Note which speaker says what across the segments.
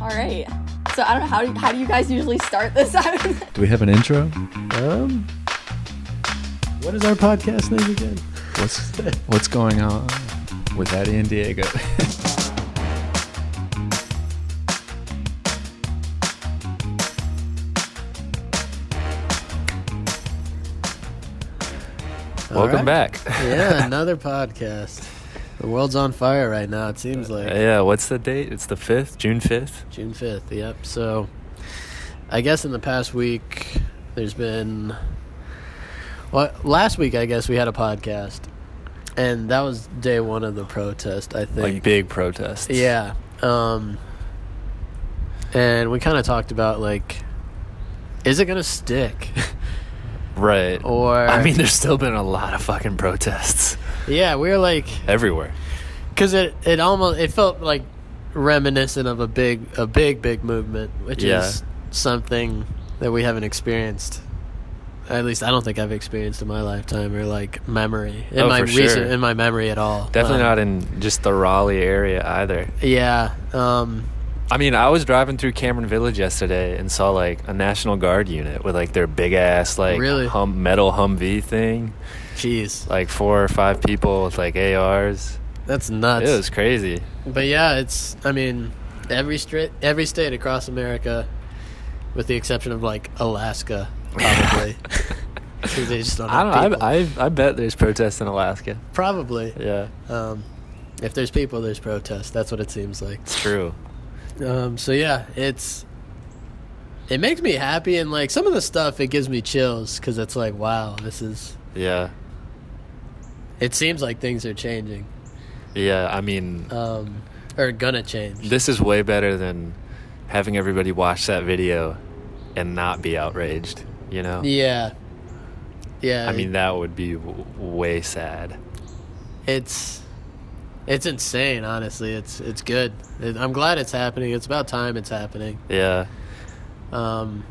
Speaker 1: All right. So I don't know how do, how do you guys usually start this out?
Speaker 2: Do we have an intro?
Speaker 3: Um, what is our podcast name again?
Speaker 2: What's what's going on with that in Diego? Welcome
Speaker 3: right.
Speaker 2: back.
Speaker 3: Yeah, another podcast. The world's on fire right now. It seems like
Speaker 2: Uh, Yeah, what's the date? It's the 5th, June 5th.
Speaker 3: June fifth. Yep. So, I guess in the past week, there's been. Well, last week I guess we had a podcast, and that was day one of the protest. I think.
Speaker 2: Like big protests.
Speaker 3: Yeah. Um and we kind of talked about like is it going to stick?
Speaker 2: Right.
Speaker 3: Or
Speaker 2: I mean, there's still been a lot of fucking protests
Speaker 3: yeah, we were like
Speaker 2: everywhere.
Speaker 3: cuz it it almost it felt like reminiscent of a big a big big movement, which
Speaker 2: Yeah.
Speaker 3: is something that we haven't experienced. At least I don't think I've experienced in my lifetime or like memory in
Speaker 2: Oh,
Speaker 3: my
Speaker 2: for sure.
Speaker 3: recent in my memory at all.
Speaker 2: Definitely
Speaker 3: Um,
Speaker 2: not in just the Raleigh area either.
Speaker 3: Yeah. Um
Speaker 2: I mean, I was driving through Cameron Village yesterday and saw like a National Guard unit with like their big ass like
Speaker 3: Really?
Speaker 2: hum- metal Humvee thing,
Speaker 3: jeez.
Speaker 2: like four or five people with like ARs.
Speaker 3: That's nuts.
Speaker 2: it was crazy.
Speaker 3: But yeah, it's I mean every state every state across America, with the exception of like Alaska, probably. 'Cause they just don't
Speaker 2: I
Speaker 3: have
Speaker 2: don't.
Speaker 3: people.
Speaker 2: I, I I bet there's protests in Alaska.
Speaker 3: probably.
Speaker 2: Yeah,
Speaker 3: Um, if there's people, there's protest. That's what it seems like.
Speaker 2: it's true.
Speaker 3: Um, so yeah, it's it makes me happy and like some of the stuff it gives me chills because it's like wow, this is.
Speaker 2: Yeah,
Speaker 3: It seems like things are changing,
Speaker 2: yeah. I mean,
Speaker 3: um, or gonna change.
Speaker 2: this is way better than having everybody watch that video and not be outraged. You know.
Speaker 3: yeah. Yeah.
Speaker 2: I mean, that would be w- way sad.
Speaker 3: it's it's insane honestly it's it's good it, i'm glad it's happening it's about time it's happening
Speaker 2: Yeah.
Speaker 3: um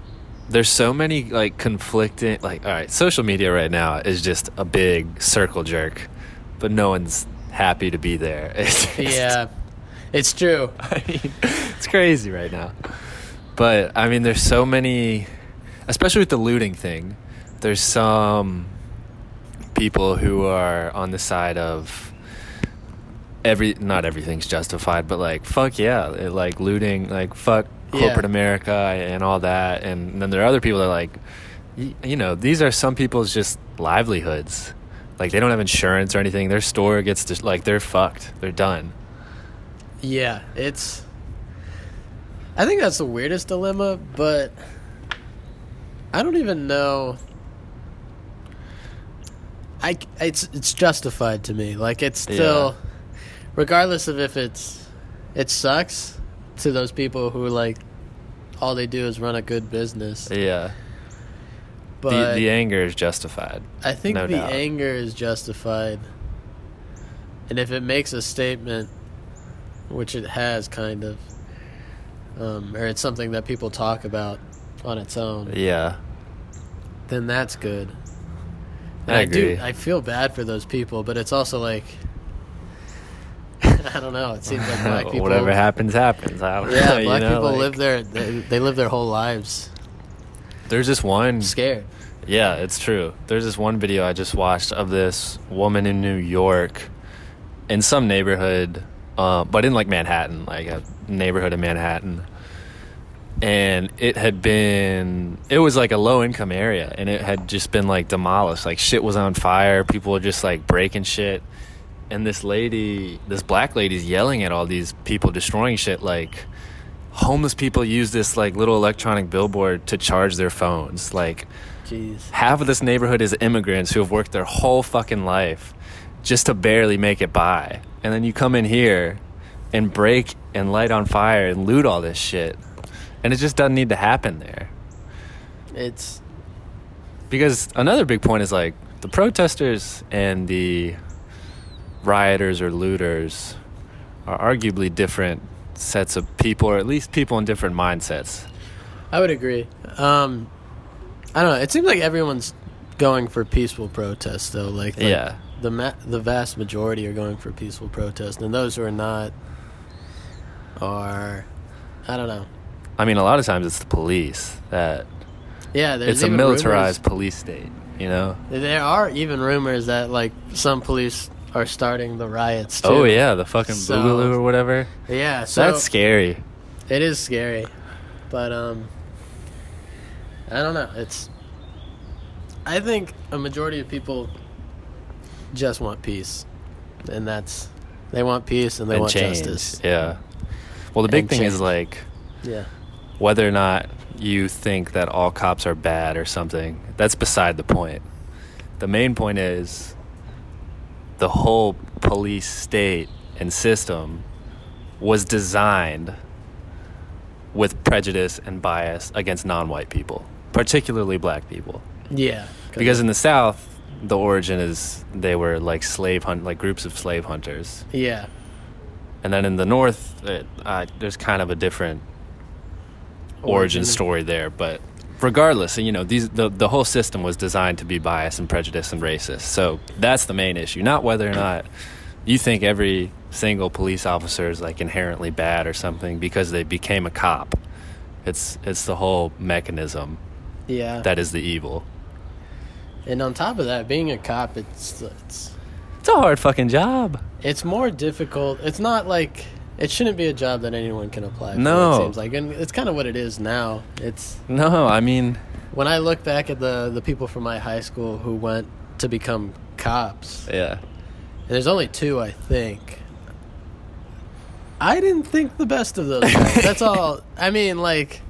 Speaker 2: there's so many like conflicting like all right social media right now is just a big circle jerk but no one's happy to be there it's just-
Speaker 3: yeah it's true
Speaker 2: I mean, it's crazy right now but i mean there's so many especially with the looting thing there's some people who are on the side of every not everything's justified but like fuck yeah it, like looting like fuck
Speaker 3: Yeah.
Speaker 2: corporate america and all that and then there are other people that are like y- you know these are some people's just livelihoods like they don't have insurance or anything their store gets just like they're fucked they're done
Speaker 3: yeah it's i think that's the weirdest dilemma but i don't even know i c- it's it's justified to me like it's still regardless of if it's it sucks to those people who like all they do is run a good business
Speaker 2: yeah
Speaker 3: but
Speaker 2: the, the anger is justified.
Speaker 3: I think
Speaker 2: no
Speaker 3: the
Speaker 2: doubt.
Speaker 3: anger is justified, and if it makes a statement, which it has kind of, um, or it's something that people talk about on its own,
Speaker 2: Yeah,
Speaker 3: then that's good. And
Speaker 2: I agree.
Speaker 3: do. I feel bad for those people, but it's also like, I don't know. It seems like black people.
Speaker 2: Whatever happens, happens. I don't know,
Speaker 3: Yeah,
Speaker 2: you
Speaker 3: black
Speaker 2: know,
Speaker 3: people
Speaker 2: like-
Speaker 3: live their they, they live their whole lives
Speaker 2: There's this one.
Speaker 3: scared.
Speaker 2: Yeah, it's true. There's this one video I just watched of this woman in New York, in some neighborhood, uh, but in like Manhattan, like a neighborhood in Manhattan. And it had been, it was like a low income area, and it had just been like demolished. Like shit was on fire. People were just like breaking shit. And this lady, this black lady's yelling at all these people destroying shit, like, homeless people use this like little electronic billboard to charge their phones. Like,
Speaker 3: Jeez.
Speaker 2: half of this neighborhood is immigrants who have worked their whole fucking life just to barely make it by. And then you come in here and break and light on fire and loot all this shit. And it just doesn't need to happen there.
Speaker 3: It's
Speaker 2: Because another big point is like the protesters and the rioters or looters are arguably different sets of people, or at least people in different mindsets.
Speaker 3: I would agree. Um, I don't know. It seems like everyone's going for peaceful protests, though. Like, the,
Speaker 2: Yeah.
Speaker 3: the ma- the vast majority are going for peaceful protest, and those who are not, or I don't know.
Speaker 2: I mean, a lot of times it's the police that
Speaker 3: Yeah, there's
Speaker 2: it's a
Speaker 3: even
Speaker 2: militarized police state. You know?
Speaker 3: Rumors, there are even rumors that like some police are starting the riots. Too.
Speaker 2: Oh yeah, the fucking
Speaker 3: So-
Speaker 2: boogaloo or whatever.
Speaker 3: yeah. So
Speaker 2: That's scary.
Speaker 3: it is scary, but um, I don't know. It's I think a majority of people just want peace, and that's they want peace and they
Speaker 2: and
Speaker 3: want
Speaker 2: change.
Speaker 3: justice.
Speaker 2: Yeah. Well, the big
Speaker 3: And
Speaker 2: thing is
Speaker 3: change.
Speaker 2: like
Speaker 3: Yeah.
Speaker 2: whether or not you think that all cops are bad or something. That's beside the point. The main point is the whole police state and system was designed with prejudice and bias against non-white people, particularly black people.
Speaker 3: Yeah.
Speaker 2: Because in the South, the origin is they were like slave hunt, like groups of slave hunters,
Speaker 3: yeah,
Speaker 2: and then in the North, it, uh, there's kind of a different origin,
Speaker 3: Origin.
Speaker 2: story there. But regardless, you know, these the the whole system was designed to be biased and prejudiced and racist. So that's the main issue, not whether or not you think every single police officer is like inherently bad or something because they became a cop. It's it's the whole mechanism
Speaker 3: yeah.
Speaker 2: that is the evil.
Speaker 3: and on top of that, being a cop, it's it's
Speaker 2: It's a hard fucking job.
Speaker 3: It's more difficult. It's not like it shouldn't be a job that anyone can apply. For,
Speaker 2: No.
Speaker 3: it seems like, and it's kind of what it is now. It's
Speaker 2: No, I mean,
Speaker 3: when I look back at the the people from my high school who went to become cops,
Speaker 2: yeah.
Speaker 3: and there's only two, I think. I didn't think the best of those. Guys. That's all. I mean, like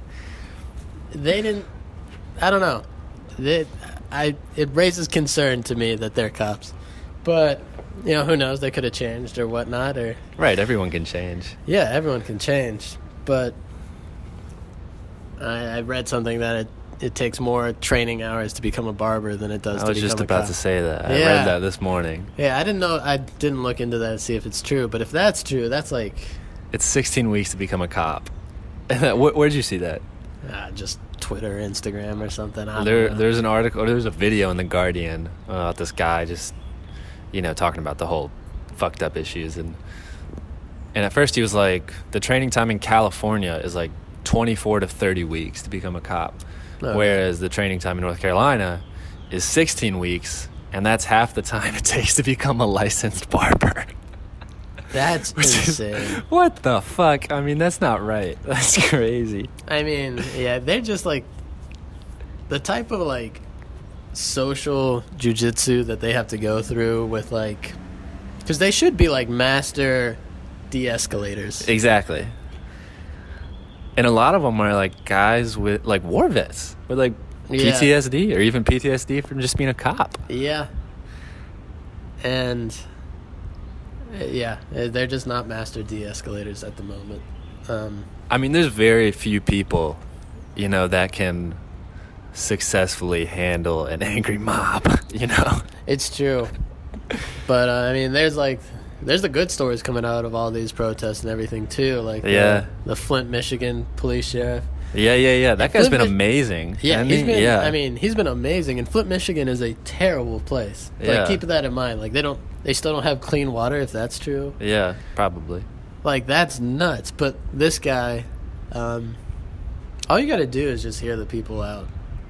Speaker 3: they didn't. I don't know. They, I it raises concern to me that they're cops, but you know who knows? They could have changed or whatnot or.
Speaker 2: Right, everyone can change.
Speaker 3: Yeah, everyone can change, but I, I read something that it, it takes more training hours to become a barber than it does
Speaker 2: I
Speaker 3: to
Speaker 2: was
Speaker 3: become
Speaker 2: just
Speaker 3: a
Speaker 2: about
Speaker 3: cop.
Speaker 2: to say that. I
Speaker 3: Yeah.
Speaker 2: read that this morning.
Speaker 3: Yeah, I didn't know. I didn't look into that to see if it's true, but if that's true, that's like
Speaker 2: It's 16 weeks to become a cop. Where, where'd you see that?
Speaker 3: ah, just Twitter, Instagram, or something. I don't
Speaker 2: There,
Speaker 3: know.
Speaker 2: there's an article, there's a video in the Guardian about this guy just, you know, talking about the whole fucked up issues and and at first he was like, the training time in California is like 24 to 30 weeks to become a cop,
Speaker 3: Oh.
Speaker 2: whereas the training time in North Carolina is 16 weeks, and that's half the time it takes to become a licensed barber.
Speaker 3: that's
Speaker 2: Which is-
Speaker 3: insane.
Speaker 2: What the fuck? I mean, that's not right. That's crazy.
Speaker 3: I mean, yeah, they're just like the type of like social jujitsu that they have to go through with like because they should be like master de-escalators.
Speaker 2: Exactly. And a lot of them are like guys with like war vets with like
Speaker 3: Yeah.
Speaker 2: PTSD or even PTSD from just being a cop.
Speaker 3: Yeah, and uh, yeah, uh, they're just not master de-escalators at the moment. Um,
Speaker 2: I mean, there's very few people, you know, that can successfully handle an angry mob, you know?
Speaker 3: it's true, but uh, I mean, there's like. There's the good stories coming out of all these protests and everything too, like the-
Speaker 2: Yeah.
Speaker 3: the Flint, Michigan police sheriff.
Speaker 2: Yeah, yeah, yeah. That
Speaker 3: Yeah,
Speaker 2: guy's been
Speaker 3: Flint-
Speaker 2: amazing.
Speaker 3: Yeah,
Speaker 2: I
Speaker 3: he's
Speaker 2: mean,
Speaker 3: been.
Speaker 2: yeah.
Speaker 3: I mean, he's been amazing. And Flint, Michigan is a terrible place. Like,
Speaker 2: Yeah.
Speaker 3: keep that in mind. Like, they don't. They still don't have clean water, if that's true.
Speaker 2: yeah, probably.
Speaker 3: Like, that's nuts. But this guy, um, all you got to do is just hear the people out.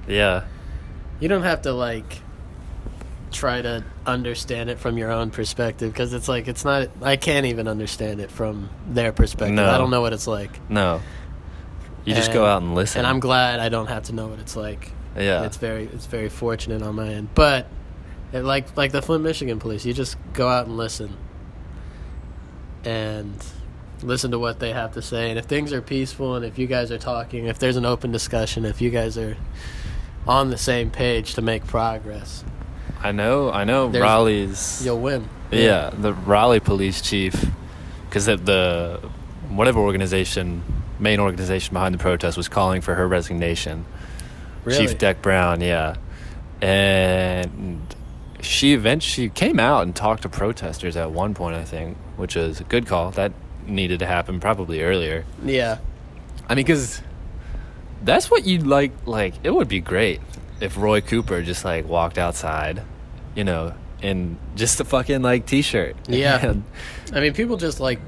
Speaker 2: Yeah.
Speaker 3: You don't have to like try to understand it from your own perspective because it's like it's not. I can't even understand it from their perspective.
Speaker 2: No.
Speaker 3: I don't know what it's like.
Speaker 2: No. You just go
Speaker 3: And-
Speaker 2: out and listen.
Speaker 3: And I'm glad I don't have to know what it's like.
Speaker 2: Yeah.
Speaker 3: It's very it's very fortunate on my end. But it, like like the Flint, Michigan police, you just go out and listen. And listen to what they have to say. And if things are peaceful and if you guys are talking, if there's an open discussion, if you guys are on the same page to make progress,
Speaker 2: I know, I know
Speaker 3: There's-
Speaker 2: Raleigh's
Speaker 3: you'll win.
Speaker 2: Yeah, the Raleigh police chief, because the, the whatever organization, main organization behind the protest, was calling for her resignation.
Speaker 3: Really?
Speaker 2: Chief Deck Brown, yeah, and she eventually she came out and talked to protesters at one point, I think, which is a good call. That needed to happen probably earlier.
Speaker 3: Yeah.
Speaker 2: I mean, because that's what you'd like. Like, it would be great if Roy Cooper just like walked outside, you know, in just a fucking like t-shirt.
Speaker 3: Yeah.
Speaker 2: And-
Speaker 3: I mean, people just like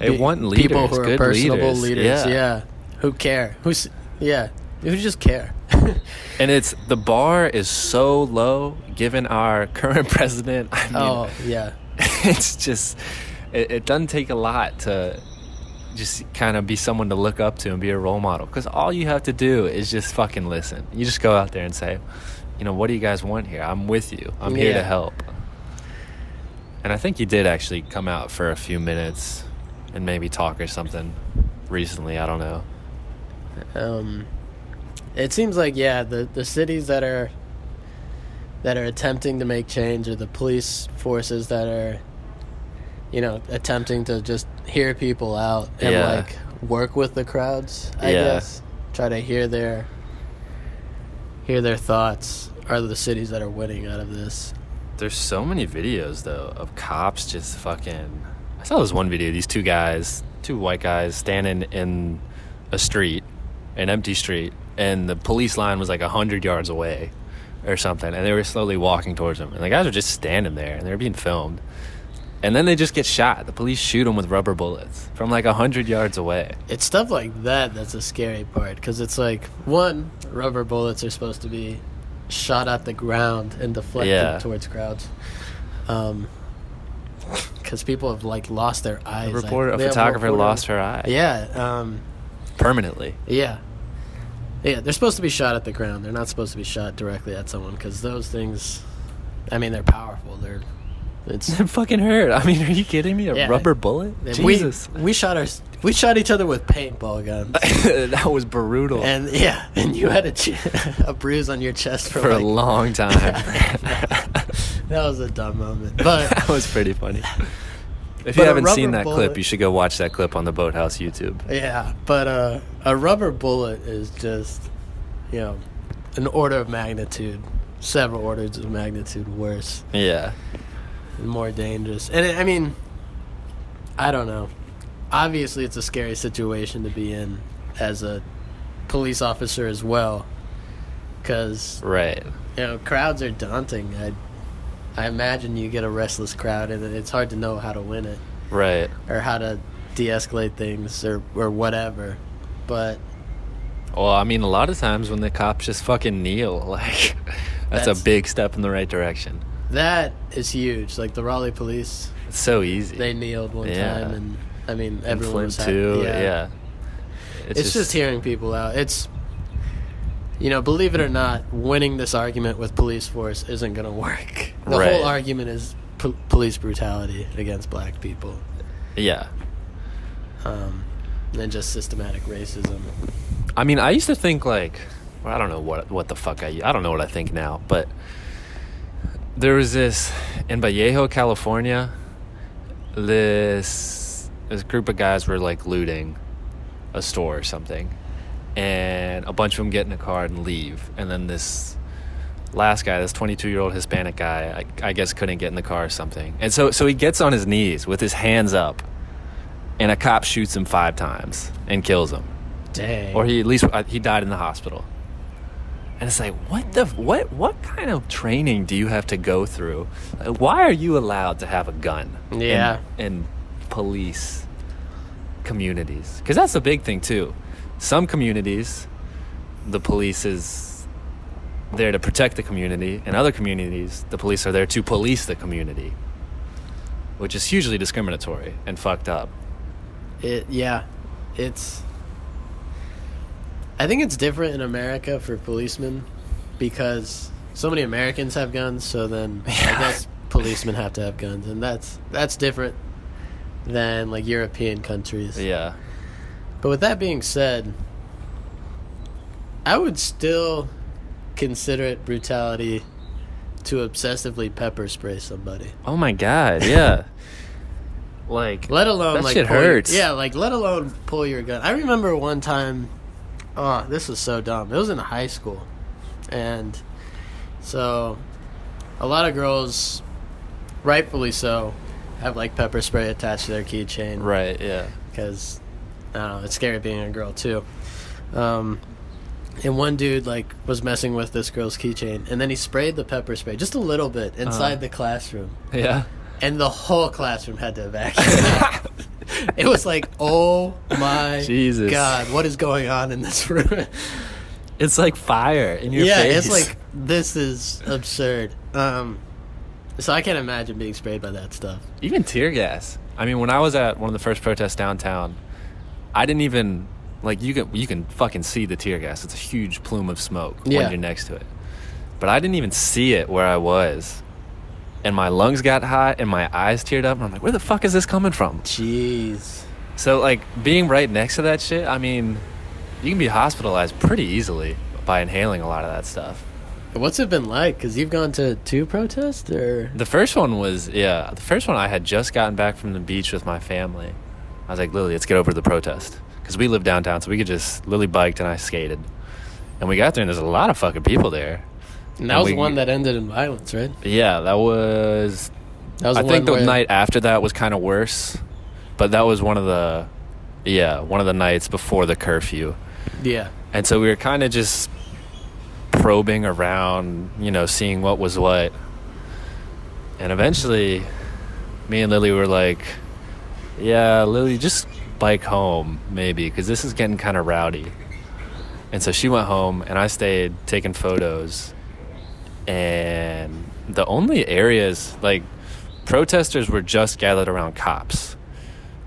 Speaker 2: It won leaders.
Speaker 3: people who are
Speaker 2: good
Speaker 3: personable
Speaker 2: leaders.
Speaker 3: leaders. Yeah. who care? Who's yeah? Who just care?
Speaker 2: And it's the bar is so low given our current president. I mean,
Speaker 3: oh yeah,
Speaker 2: it's just it, it doesn't take a lot to just kind of be someone to look up to and be a role model because all you have to do is just fucking listen you just go out there and say you know what do you guys want here i'm with you i'm here
Speaker 3: Yeah.
Speaker 2: to help and i think he did actually come out for a few minutes and maybe talk or something recently i don't know
Speaker 3: um, it seems like yeah the the cities that are that are attempting to make change or the police forces that are you know attempting to just hear people out and
Speaker 2: Yeah.
Speaker 3: like work with the crowds i
Speaker 2: Yeah.
Speaker 3: guess try to hear their hear their thoughts are the cities that are winning out of this
Speaker 2: There's so many videos though of cops just fucking. I saw this one video. These two guys, two white guys, standing in a street, an empty street, and the police line was like hundred yards away, or something. And they were slowly walking towards them, and the guys were just standing there, and they were being filmed. And then they just get shot. The police shoot them with rubber bullets from like hundred yards away.
Speaker 3: It's stuff like that that's a scary part because it's like one rubber bullets are supposed to be shot at the ground and deflected
Speaker 2: Yeah.
Speaker 3: towards crowds, um, because people have like lost their eyes.
Speaker 2: A
Speaker 3: like,
Speaker 2: reporter, a
Speaker 3: they have
Speaker 2: photographer,
Speaker 3: reporter-
Speaker 2: lost her eye
Speaker 3: Yeah, um,
Speaker 2: permanently.
Speaker 3: yeah, yeah. They're supposed to be shot at the ground. They're not supposed to be shot directly at someone because those things, I mean, they're powerful. They're it's
Speaker 2: It fucking hurt. I mean, are you kidding me? A
Speaker 3: Yeah.
Speaker 2: rubber bullet? Jesus.
Speaker 3: we we shot our we shot each other with paintball guns.
Speaker 2: that was brutal.
Speaker 3: And yeah, and you had a, ch- a bruise on your chest for,
Speaker 2: for
Speaker 3: like,
Speaker 2: a long time.
Speaker 3: That was a dumb moment, but
Speaker 2: that was pretty funny. If
Speaker 3: But
Speaker 2: you
Speaker 3: a
Speaker 2: haven't seen
Speaker 3: rubber
Speaker 2: that
Speaker 3: bullet-
Speaker 2: clip, you should go watch that clip on the Boathouse YouTube.
Speaker 3: yeah, but uh, a rubber bullet is just, you know, an order of magnitude, several orders of magnitude worse,
Speaker 2: Yeah.
Speaker 3: and more dangerous. And it, I mean, I don't know. Obviously, it's a scary situation to be in as a police officer as well, because
Speaker 2: Right.
Speaker 3: You know, crowds are daunting. I, I imagine you get a restless crowd, and it's hard to know how to win it
Speaker 2: Right.
Speaker 3: or how to de-escalate things or or whatever. But
Speaker 2: Well, I mean, a lot of times when the cops just fucking kneel, like, that's,
Speaker 3: That's-
Speaker 2: a big step in the right direction.
Speaker 3: that is huge. Like the Raleigh police,
Speaker 2: It's so easy.
Speaker 3: they kneeled one
Speaker 2: Yeah.
Speaker 3: time, and I mean
Speaker 2: and
Speaker 3: everyone
Speaker 2: Flint,
Speaker 3: was happy.
Speaker 2: too. Yeah.
Speaker 3: It's, just, hearing people out. It's you know, believe it or not, winning this argument with police force isn't going to work. The
Speaker 2: Right.
Speaker 3: whole argument is po- police brutality against black people.
Speaker 2: Yeah.
Speaker 3: um, and just systematic racism.
Speaker 2: I mean, I used to think like, well, I don't know what what the fuck I I don't know what I think now, but there was this in Vallejo, California. This this group of guys were like looting a store or something, and a bunch of them get in a car and leave, and then this last guy, this 22 year old Hispanic guy, I, I guess couldn't get in the car or something, and so so he gets on his knees with his hands up, and a cop shoots him five times and kills him
Speaker 3: Dang.
Speaker 2: or he at least uh, he died in the hospital. And it's like, what the what what kind of training do you have to go through? Like, why are you allowed to have a gun? in-
Speaker 3: Yeah.
Speaker 2: in, police communities, because that's a big thing too. Some communities, the police is there to protect the community, and other communities, the police are there to police the community, which is hugely discriminatory and fucked up.
Speaker 3: it, yeah, it's. I think it's different in America for policemen because so many Americans have guns. So then I guess policemen have to have guns, and that's that's different than like European countries.
Speaker 2: Yeah,
Speaker 3: But with that being said, I would still consider it brutality to obsessively pepper spray somebody.
Speaker 2: Oh my god, yeah. like
Speaker 3: Let alone
Speaker 2: That
Speaker 3: like
Speaker 2: shit
Speaker 3: pull your-
Speaker 2: hurts.
Speaker 3: yeah, like let alone pull your gun. I remember one time. Oh, this was so dumb. It was in high school, and so a lot of girls, rightfully so, have like pepper spray attached to their keychain
Speaker 2: right, yeah.
Speaker 3: because I don't know, it's scary being a girl too. Um, and one dude like was messing with this girl's keychain, and then he sprayed the pepper spray just a little
Speaker 2: Uh-huh.
Speaker 3: bit inside the classroom,
Speaker 2: Yeah.
Speaker 3: and the whole classroom had to evacuate. it was like, oh my
Speaker 2: Jesus.
Speaker 3: God, what is going on in this room?
Speaker 2: It's like fire in your
Speaker 3: yeah,
Speaker 2: face.
Speaker 3: it's like this is absurd. Um, so I can't imagine being sprayed by that stuff.
Speaker 2: even tear gas. I mean, when I was at one of the first protests downtown, I didn't even like you can you can fucking see the tear gas. It's a huge plume of smoke
Speaker 3: Yeah.
Speaker 2: when you're next to it. But I didn't even see it where I was. And my lungs got hot and my eyes teared up and I'm like, "Where the fuck is this coming from?"
Speaker 3: Jeez.
Speaker 2: So like being right next to that shit, I mean, you can be hospitalized pretty easily by inhaling a lot of that stuff.
Speaker 3: What's it been like? Because you've gone to two protests, or
Speaker 2: The first one was yeah. The first one I had just gotten back from the beach with my family. I was like, Lily, let's get over to the protest because we live downtown, so we could just Lily biked and I skated, and we got there and there's a lot of fucking people there.
Speaker 3: and that was
Speaker 2: Oh, we-
Speaker 3: the one that ended in violence, right?
Speaker 2: Yeah, that was.
Speaker 3: That was
Speaker 2: I think the
Speaker 3: one where-
Speaker 2: night after that was kind of worse, but that was one of the, yeah, one of the nights before the curfew.
Speaker 3: Yeah,
Speaker 2: And so we were kind of just probing around, you know, seeing what was what. And eventually, me and Lily were like, yeah, Lily, just bike home, maybe, because this is getting kind of rowdy. And so she went home, and I stayed taking photos. And the only areas, like, protesters were just gathered around cops.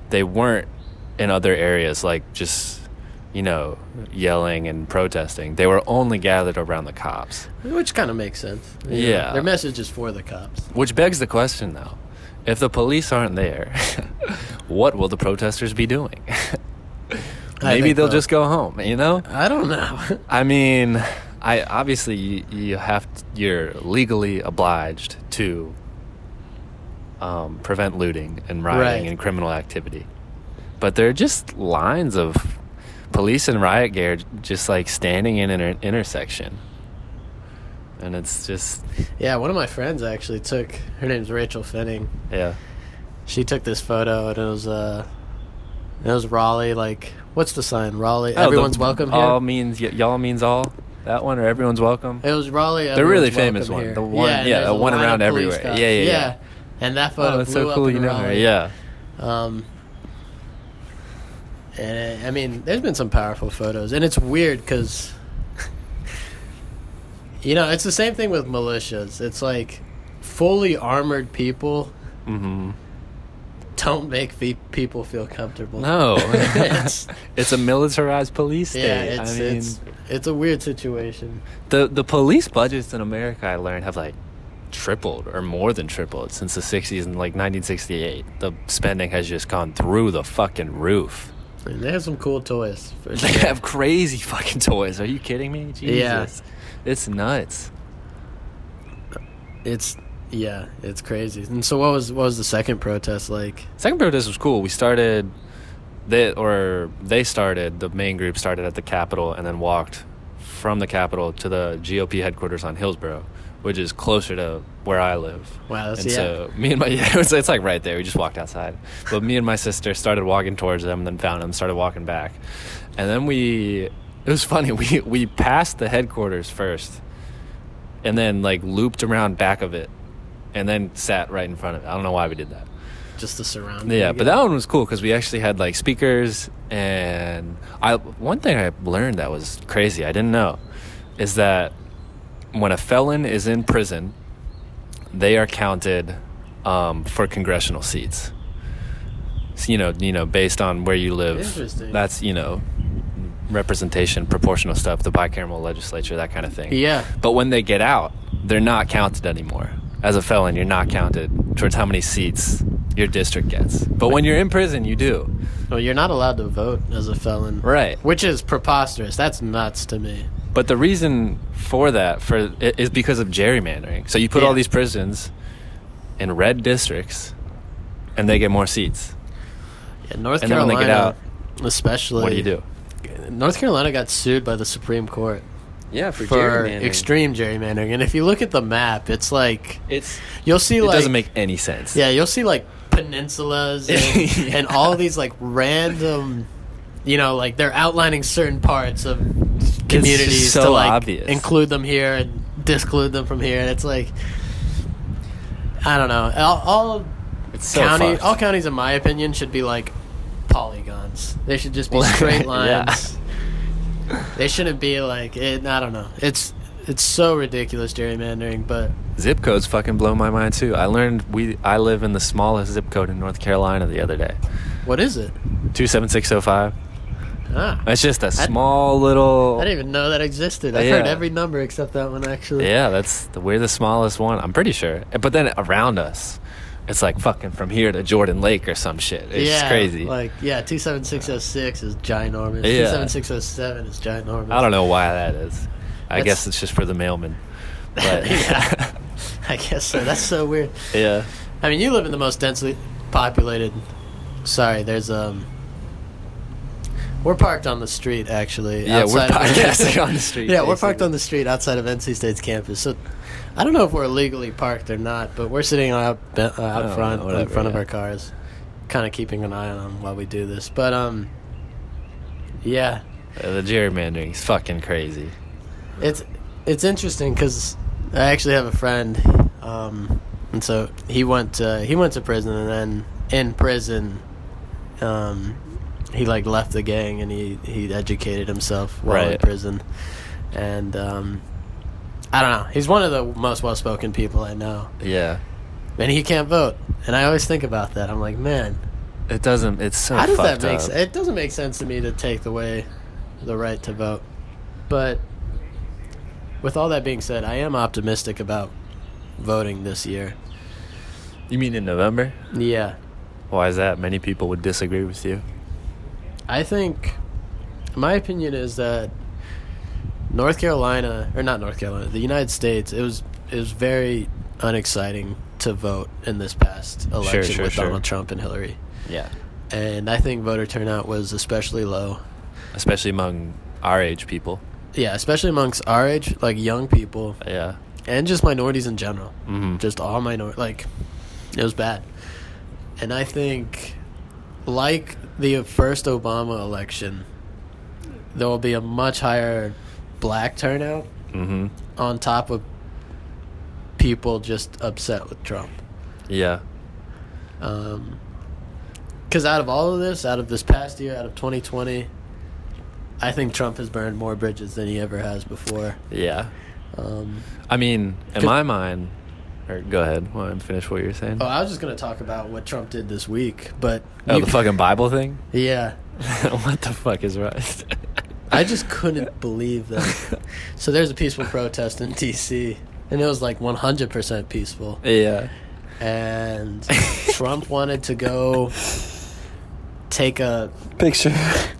Speaker 2: They weren't in other areas, like, just, you know, yelling and protesting. They were only gathered around the cops.
Speaker 3: which kind of makes sense. You know,
Speaker 2: Yeah.
Speaker 3: their message is for the cops.
Speaker 2: Which begs the question, though if the police aren't there, what will the protesters be doing?
Speaker 3: I
Speaker 2: Maybe
Speaker 3: think
Speaker 2: they'll
Speaker 3: so.
Speaker 2: just go home, you know?
Speaker 3: I don't know.
Speaker 2: I mean, I obviously you, you have t you're legally obliged to um, prevent looting and rioting
Speaker 3: Right.
Speaker 2: and criminal activity, but there are just lines of police and riot gear just like standing in an inter- intersection, and it's just
Speaker 3: yeah, one of my friends actually took. Her name's Rachel Finning.
Speaker 2: yeah,
Speaker 3: She took this photo, and it was uh, it was Raleigh. Like, what's the sign? Raleigh.
Speaker 2: Oh, the
Speaker 3: everyone's welcome here.
Speaker 2: All means y- y'all means all that one or everyone's welcome.
Speaker 3: It was Raleigh.
Speaker 2: The really famous
Speaker 3: everyone's welcome
Speaker 2: one.
Speaker 3: here.
Speaker 2: The one-
Speaker 3: and
Speaker 2: yeah,
Speaker 3: there's
Speaker 2: the
Speaker 3: a
Speaker 2: one
Speaker 3: line
Speaker 2: around
Speaker 3: of police
Speaker 2: everywhere.
Speaker 3: cops.
Speaker 2: Yeah, yeah, yeah.
Speaker 3: And that photo
Speaker 2: Oh, that's
Speaker 3: blew
Speaker 2: so
Speaker 3: up
Speaker 2: cool,
Speaker 3: in
Speaker 2: you know her.
Speaker 3: Raleigh.
Speaker 2: Yeah,
Speaker 3: Um, and I mean, there's been some powerful photos, and it's weird because, you know, it's the same thing with militias. It's like fully armored people
Speaker 2: hmm
Speaker 3: don't make fe- people feel comfortable.
Speaker 2: no,
Speaker 3: It's-
Speaker 2: it's a militarized police state.
Speaker 3: yeah, it's,
Speaker 2: I mean,
Speaker 3: it's it's a weird situation.
Speaker 2: The the police budgets in America, I learned, have like tripled or more than tripled since the 60s and like 1968. The spending has just gone through the fucking roof.
Speaker 3: And they have some cool toys. For
Speaker 2: They have crazy fucking toys. Are you kidding me?
Speaker 3: Yeah.
Speaker 2: Jesus. It's nuts.
Speaker 3: It's yeah, it's crazy. And so, what was what was the second protest like?
Speaker 2: Second protest was cool. We started they or they started, the main group started at the Capitol and then walked from the Capitol to the GOP headquarters on Hillsborough, which is closer to where I live.
Speaker 3: Wow, that's
Speaker 2: and
Speaker 3: yeah.
Speaker 2: so me and my yeah, it was- it's like right there. We just walked outside, but me and my sister started walking towards them, and then found them, started walking back, and then we. It was funny. We we passed the headquarters first, and then like looped around back of it, and then sat right in front of it. I don't know why we did that.
Speaker 3: just the surrounding.
Speaker 2: Yeah, but that one was cool because we actually had like speakers, and I one thing I learned that was crazy. I didn't know is that when a felon is in prison, they are counted um, for congressional seats. So, you know, you know, based on where you live,
Speaker 3: Interesting.
Speaker 2: that's you know, representation, proportional stuff, the bicameral legislature, that kind of thing.
Speaker 3: Yeah.
Speaker 2: But when they get out, they're not counted anymore. As a felon, you're not counted towards how many seats your district gets. But when you're in prison, you do.
Speaker 3: Well, you're not allowed to vote as a felon.
Speaker 2: Right.
Speaker 3: Which is preposterous. That's nuts to me.
Speaker 2: But the reason for that for i- is because of gerrymandering. So you put all
Speaker 3: Yeah.
Speaker 2: these prisons in red districts, and they get more seats.
Speaker 3: Yeah, North
Speaker 2: And then when
Speaker 3: Carolina,
Speaker 2: they get out,
Speaker 3: especially.
Speaker 2: What do you do?
Speaker 3: North Carolina got sued by the Supreme Court
Speaker 2: Yeah,
Speaker 3: for, extreme gerrymandering, and if you look at the map, it's like
Speaker 2: It's
Speaker 3: you'll see
Speaker 2: it
Speaker 3: like
Speaker 2: doesn't make any sense.
Speaker 3: yeah, you'll see like peninsulas and,
Speaker 2: Yeah.
Speaker 3: and all these like random, you know, like they're outlining certain parts of communities
Speaker 2: so
Speaker 3: to like
Speaker 2: obvious.
Speaker 3: include them here and disclude them from here, and it's like I don't know. All, all
Speaker 2: it's so
Speaker 3: county,
Speaker 2: fucked.
Speaker 3: all counties, in my opinion, should be like polygons. They should just be
Speaker 2: Well,
Speaker 3: straight
Speaker 2: yeah.
Speaker 3: lines. They shouldn't be like it. I don't know. It's it's so ridiculous gerrymandering, but
Speaker 2: Zip codes fucking blow my mind too. I learned we I live in the smallest zip code in North Carolina the other day,
Speaker 3: what is it?
Speaker 2: two seven six zero five.
Speaker 3: Ah,
Speaker 2: It's just a small
Speaker 3: I
Speaker 2: little.
Speaker 3: didn't even know that existed. I've heard
Speaker 2: Yeah.
Speaker 3: every number except that one actually.
Speaker 2: Yeah, that's the, we're the smallest one. I'm pretty sure. But then around us, it's like fucking from here to Jordan Lake or some shit. It's just crazy.
Speaker 3: Like yeah, two seven six zero six is ginormous.
Speaker 2: Yeah.
Speaker 3: Two seven six zero seven is ginormous.
Speaker 2: I don't know why that is. I
Speaker 3: That's-
Speaker 2: guess it's just for the mailman. But
Speaker 3: Yeah. I guess so. That's so weird.
Speaker 2: yeah.
Speaker 3: I mean, you live in the most densely populated. Sorry, there's um. We're parked on the street, actually.
Speaker 2: Yeah, we're
Speaker 3: outside of-
Speaker 2: podcasting on the street,
Speaker 3: Yeah, we're parked
Speaker 2: basically.
Speaker 3: on the street outside of NC State's campus. So, I don't know if we're illegally parked or not, but we're sitting out uh, out
Speaker 2: Oh,
Speaker 3: front, in
Speaker 2: whatever,
Speaker 3: front of
Speaker 2: yeah.
Speaker 3: our cars, kind of keeping an eye on 'em while we do this. But um, yeah,
Speaker 2: Uh, The gerrymandering is fucking crazy.
Speaker 3: it's it's interesting because I actually have a friend, um, and so he went to, he went to prison, and then in prison, um, he like left the gang and he he educated himself while in
Speaker 2: Right.
Speaker 3: prison, and um, I don't know. He's one of the most well spoken people I know,
Speaker 2: Yeah.
Speaker 3: and he can't vote. And I always think about that. I'm like, man,
Speaker 2: It doesn't. It's so.
Speaker 3: how does that
Speaker 2: fucked
Speaker 3: make
Speaker 2: up.
Speaker 3: sense? It doesn't make sense to me to take away the right to vote. But with all that being said, I am optimistic about voting this year.
Speaker 2: You mean in November?
Speaker 3: Yeah.
Speaker 2: Why is that? Many people would disagree with you.
Speaker 3: I think my opinion is that North Carolina or not North Carolina, the United States, it was it was very unexciting to vote in this past election
Speaker 2: sure,
Speaker 3: with
Speaker 2: sure.
Speaker 3: Donald Trump and Hillary.
Speaker 2: Yeah.
Speaker 3: And I think voter turnout was especially low.
Speaker 2: Especially among our age people.
Speaker 3: Yeah, especially amongst our age, like young people.
Speaker 2: Yeah.
Speaker 3: and just minorities in general.
Speaker 2: Mhm.
Speaker 3: Just all minor like it was bad. And I think like the first Obama election, there will be a much higher black turnout
Speaker 2: Mm-hmm.
Speaker 3: on top of people just upset with Trump.
Speaker 2: Yeah.
Speaker 3: Um 'cause cuz out of all of this, out of this past year, out of 2020, I think Trump has burned more bridges than he ever has before.
Speaker 2: Yeah.
Speaker 3: Um,
Speaker 2: I mean, in
Speaker 3: Could-
Speaker 2: my mind, or go ahead. Well, I'm finished what you're saying.
Speaker 3: oh, I was just going to talk about what Trump did this week, but
Speaker 2: Oh,
Speaker 3: you-
Speaker 2: the fucking Bible thing?
Speaker 3: Yeah.
Speaker 2: what the fuck is right?
Speaker 3: I just couldn't believe that. So there's a peaceful protest in DC, and it was like 100% peaceful.
Speaker 2: yeah.
Speaker 3: And Trump wanted to go take a
Speaker 2: Picture.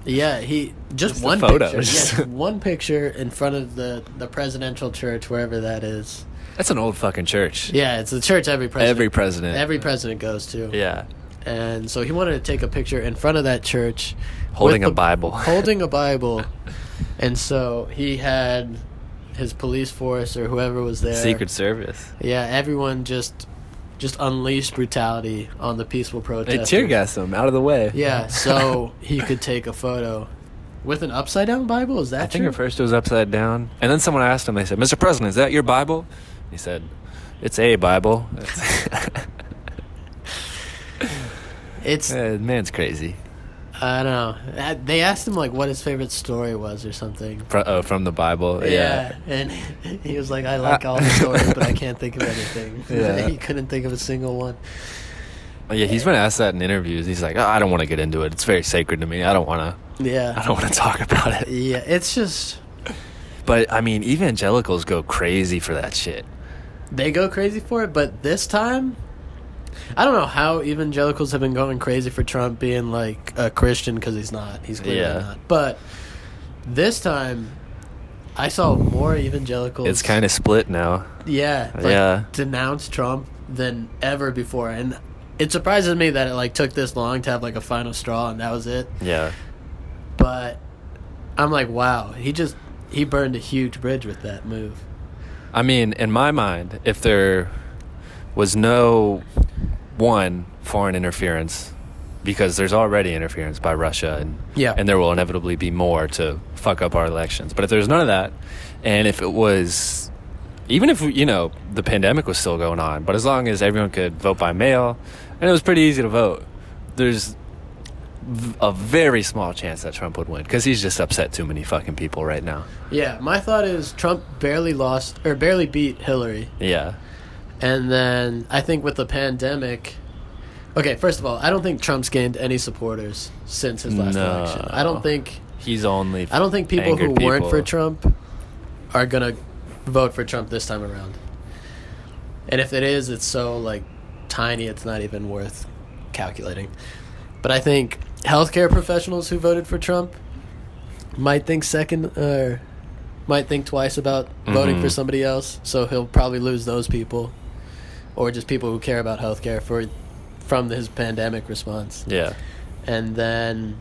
Speaker 3: yeah, he just,
Speaker 2: Just a
Speaker 3: one
Speaker 2: photo,
Speaker 3: picture.
Speaker 2: just-
Speaker 3: Yes, one picture in front of the the presidential church wherever that is.
Speaker 2: That's an old fucking church.
Speaker 3: Yeah, it's the church every president
Speaker 2: Every president.
Speaker 3: every president goes to.
Speaker 2: Yeah.
Speaker 3: And so he wanted to take a picture in front of that church
Speaker 2: Holding
Speaker 3: with
Speaker 2: a Bible.
Speaker 3: holding a Bible. And so he had his police force or whoever was there.
Speaker 2: Secret Service.
Speaker 3: Yeah, everyone just just unleashed brutality on the peaceful
Speaker 2: They
Speaker 3: protesters.
Speaker 2: tear gassed him out of the way.
Speaker 3: Yeah, so he could take a photo with an upside down Bible. Is that
Speaker 2: I think
Speaker 3: true?
Speaker 2: at first it was upside down, and then someone asked him. They said, "Mr. President, is that your Bible?" He said, "It's a Bible."
Speaker 3: it's
Speaker 2: Eh, man's crazy.
Speaker 3: I don't know. Uh, They asked him like what his favorite story was or something.
Speaker 2: Fr- oh, from the Bible. Yeah.
Speaker 3: Yeah. and he was like, I like all the stories, but I can't think of anything.
Speaker 2: Yeah.
Speaker 3: he couldn't think of a single one.
Speaker 2: Oh, yeah. He's been asked that in interviews. He's like, "Oh, "I don't want to get into it. It's very sacred to me. I don't want to.
Speaker 3: Yeah.
Speaker 2: I don't want to talk about it."
Speaker 3: Yeah, it's just
Speaker 2: But I mean, evangelicals go crazy for that shit.
Speaker 3: they go crazy for it, but this time I don't know how evangelicals have been going crazy for Trump being like a Christian cuz he's not. He's clearly
Speaker 2: Yeah.
Speaker 3: not. But this time I saw more evangelicals
Speaker 2: It's kind of split now.
Speaker 3: yeah, like,
Speaker 2: Yeah.
Speaker 3: denounce Trump than ever before and it surprises me that it like took this long to have like a final straw and that was it.
Speaker 2: Yeah.
Speaker 3: But I'm like, wow, he just he burned a huge bridge with that move.
Speaker 2: I mean, in my mind, if there was no one foreign interference, because there's already interference by Russia, and
Speaker 3: Yeah.
Speaker 2: and there will inevitably be more to fuck up our elections. But if there's none of that, and if it was, even if you know the pandemic was still going on, but as long as everyone could vote by mail, and it was pretty easy to vote, there's v- a very small chance that Trump would win because he's just upset too many fucking people right now.
Speaker 3: Yeah, my thought is Trump barely lost or barely beat Hillary.
Speaker 2: Yeah.
Speaker 3: And then I think with the pandemic, okay, first of all, I don't think Trump's gained any supporters since his last
Speaker 2: No.
Speaker 3: election. I don't think
Speaker 2: He's only.
Speaker 3: I don't think people who
Speaker 2: angered
Speaker 3: weren't for
Speaker 2: people.
Speaker 3: Trump are gonna vote for Trump this time around. And if it is, it's so like tiny, it's not even worth calculating. But I think healthcare professionals who voted for Trump might think second or might think twice about voting
Speaker 2: Mm-hmm.
Speaker 3: for somebody else. So he'll probably lose those people, or just people who care about healthcare for from his pandemic response
Speaker 2: Yeah.
Speaker 3: and then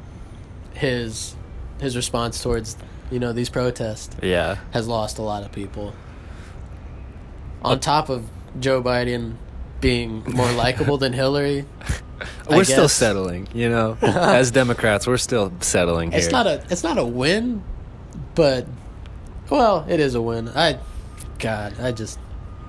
Speaker 3: his his response towards you know these protests
Speaker 2: Yeah.
Speaker 3: has lost a lot of people. On top of Joe Biden being more likable than Hillary, I
Speaker 2: We're still
Speaker 3: guess.
Speaker 2: settling, you know. As Democrats, we're still settling here.
Speaker 3: it's not a it's not a win, but well, it is a win. I God, I just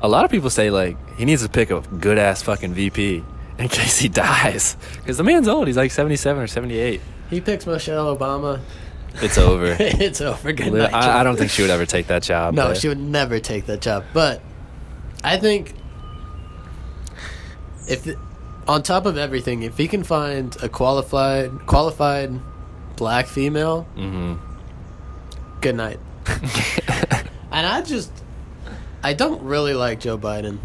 Speaker 2: A lot of people say like he needs to pick a good ass fucking VP in case he dies because the man's old. He's like seventy seven or seventy eight.
Speaker 3: he picks Michelle Obama.
Speaker 2: It's over.
Speaker 3: it's over. Good
Speaker 2: Li-
Speaker 3: night.
Speaker 2: I, I
Speaker 3: Joe.
Speaker 2: don't think she would ever take that job.
Speaker 3: No,
Speaker 2: but-
Speaker 3: she would never take that job. But I think if th- on top of everything, if he can find a qualified qualified black female,
Speaker 2: Mhm.
Speaker 3: good night. and I just I don't really like Joe Biden.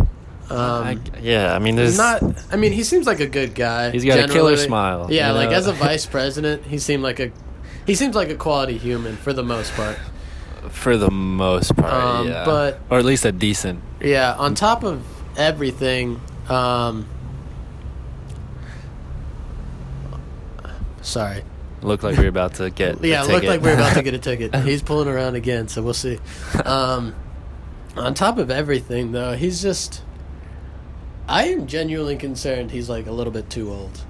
Speaker 2: I,
Speaker 3: Um,
Speaker 2: yeah, I mean,
Speaker 3: he's
Speaker 2: there's
Speaker 3: not. I mean, he seems like a good guy.
Speaker 2: He's got a killer smile,
Speaker 3: Yeah,
Speaker 2: you
Speaker 3: like
Speaker 2: know?
Speaker 3: as a vice president, he seemed like a he seems like a quality human for the most part.
Speaker 2: for the most part,
Speaker 3: Um,
Speaker 2: yeah.
Speaker 3: but-
Speaker 2: or at least a decent.
Speaker 3: Yeah, on top of everything, um, sorry.
Speaker 2: Looked like we were about to get.
Speaker 3: Yeah,
Speaker 2: a
Speaker 3: it looked
Speaker 2: ticket.
Speaker 3: like we are about to get a ticket. He's pulling around again, so we'll see. Um, on top of everything, though, he's just. I am genuinely concerned he's like a little bit too old.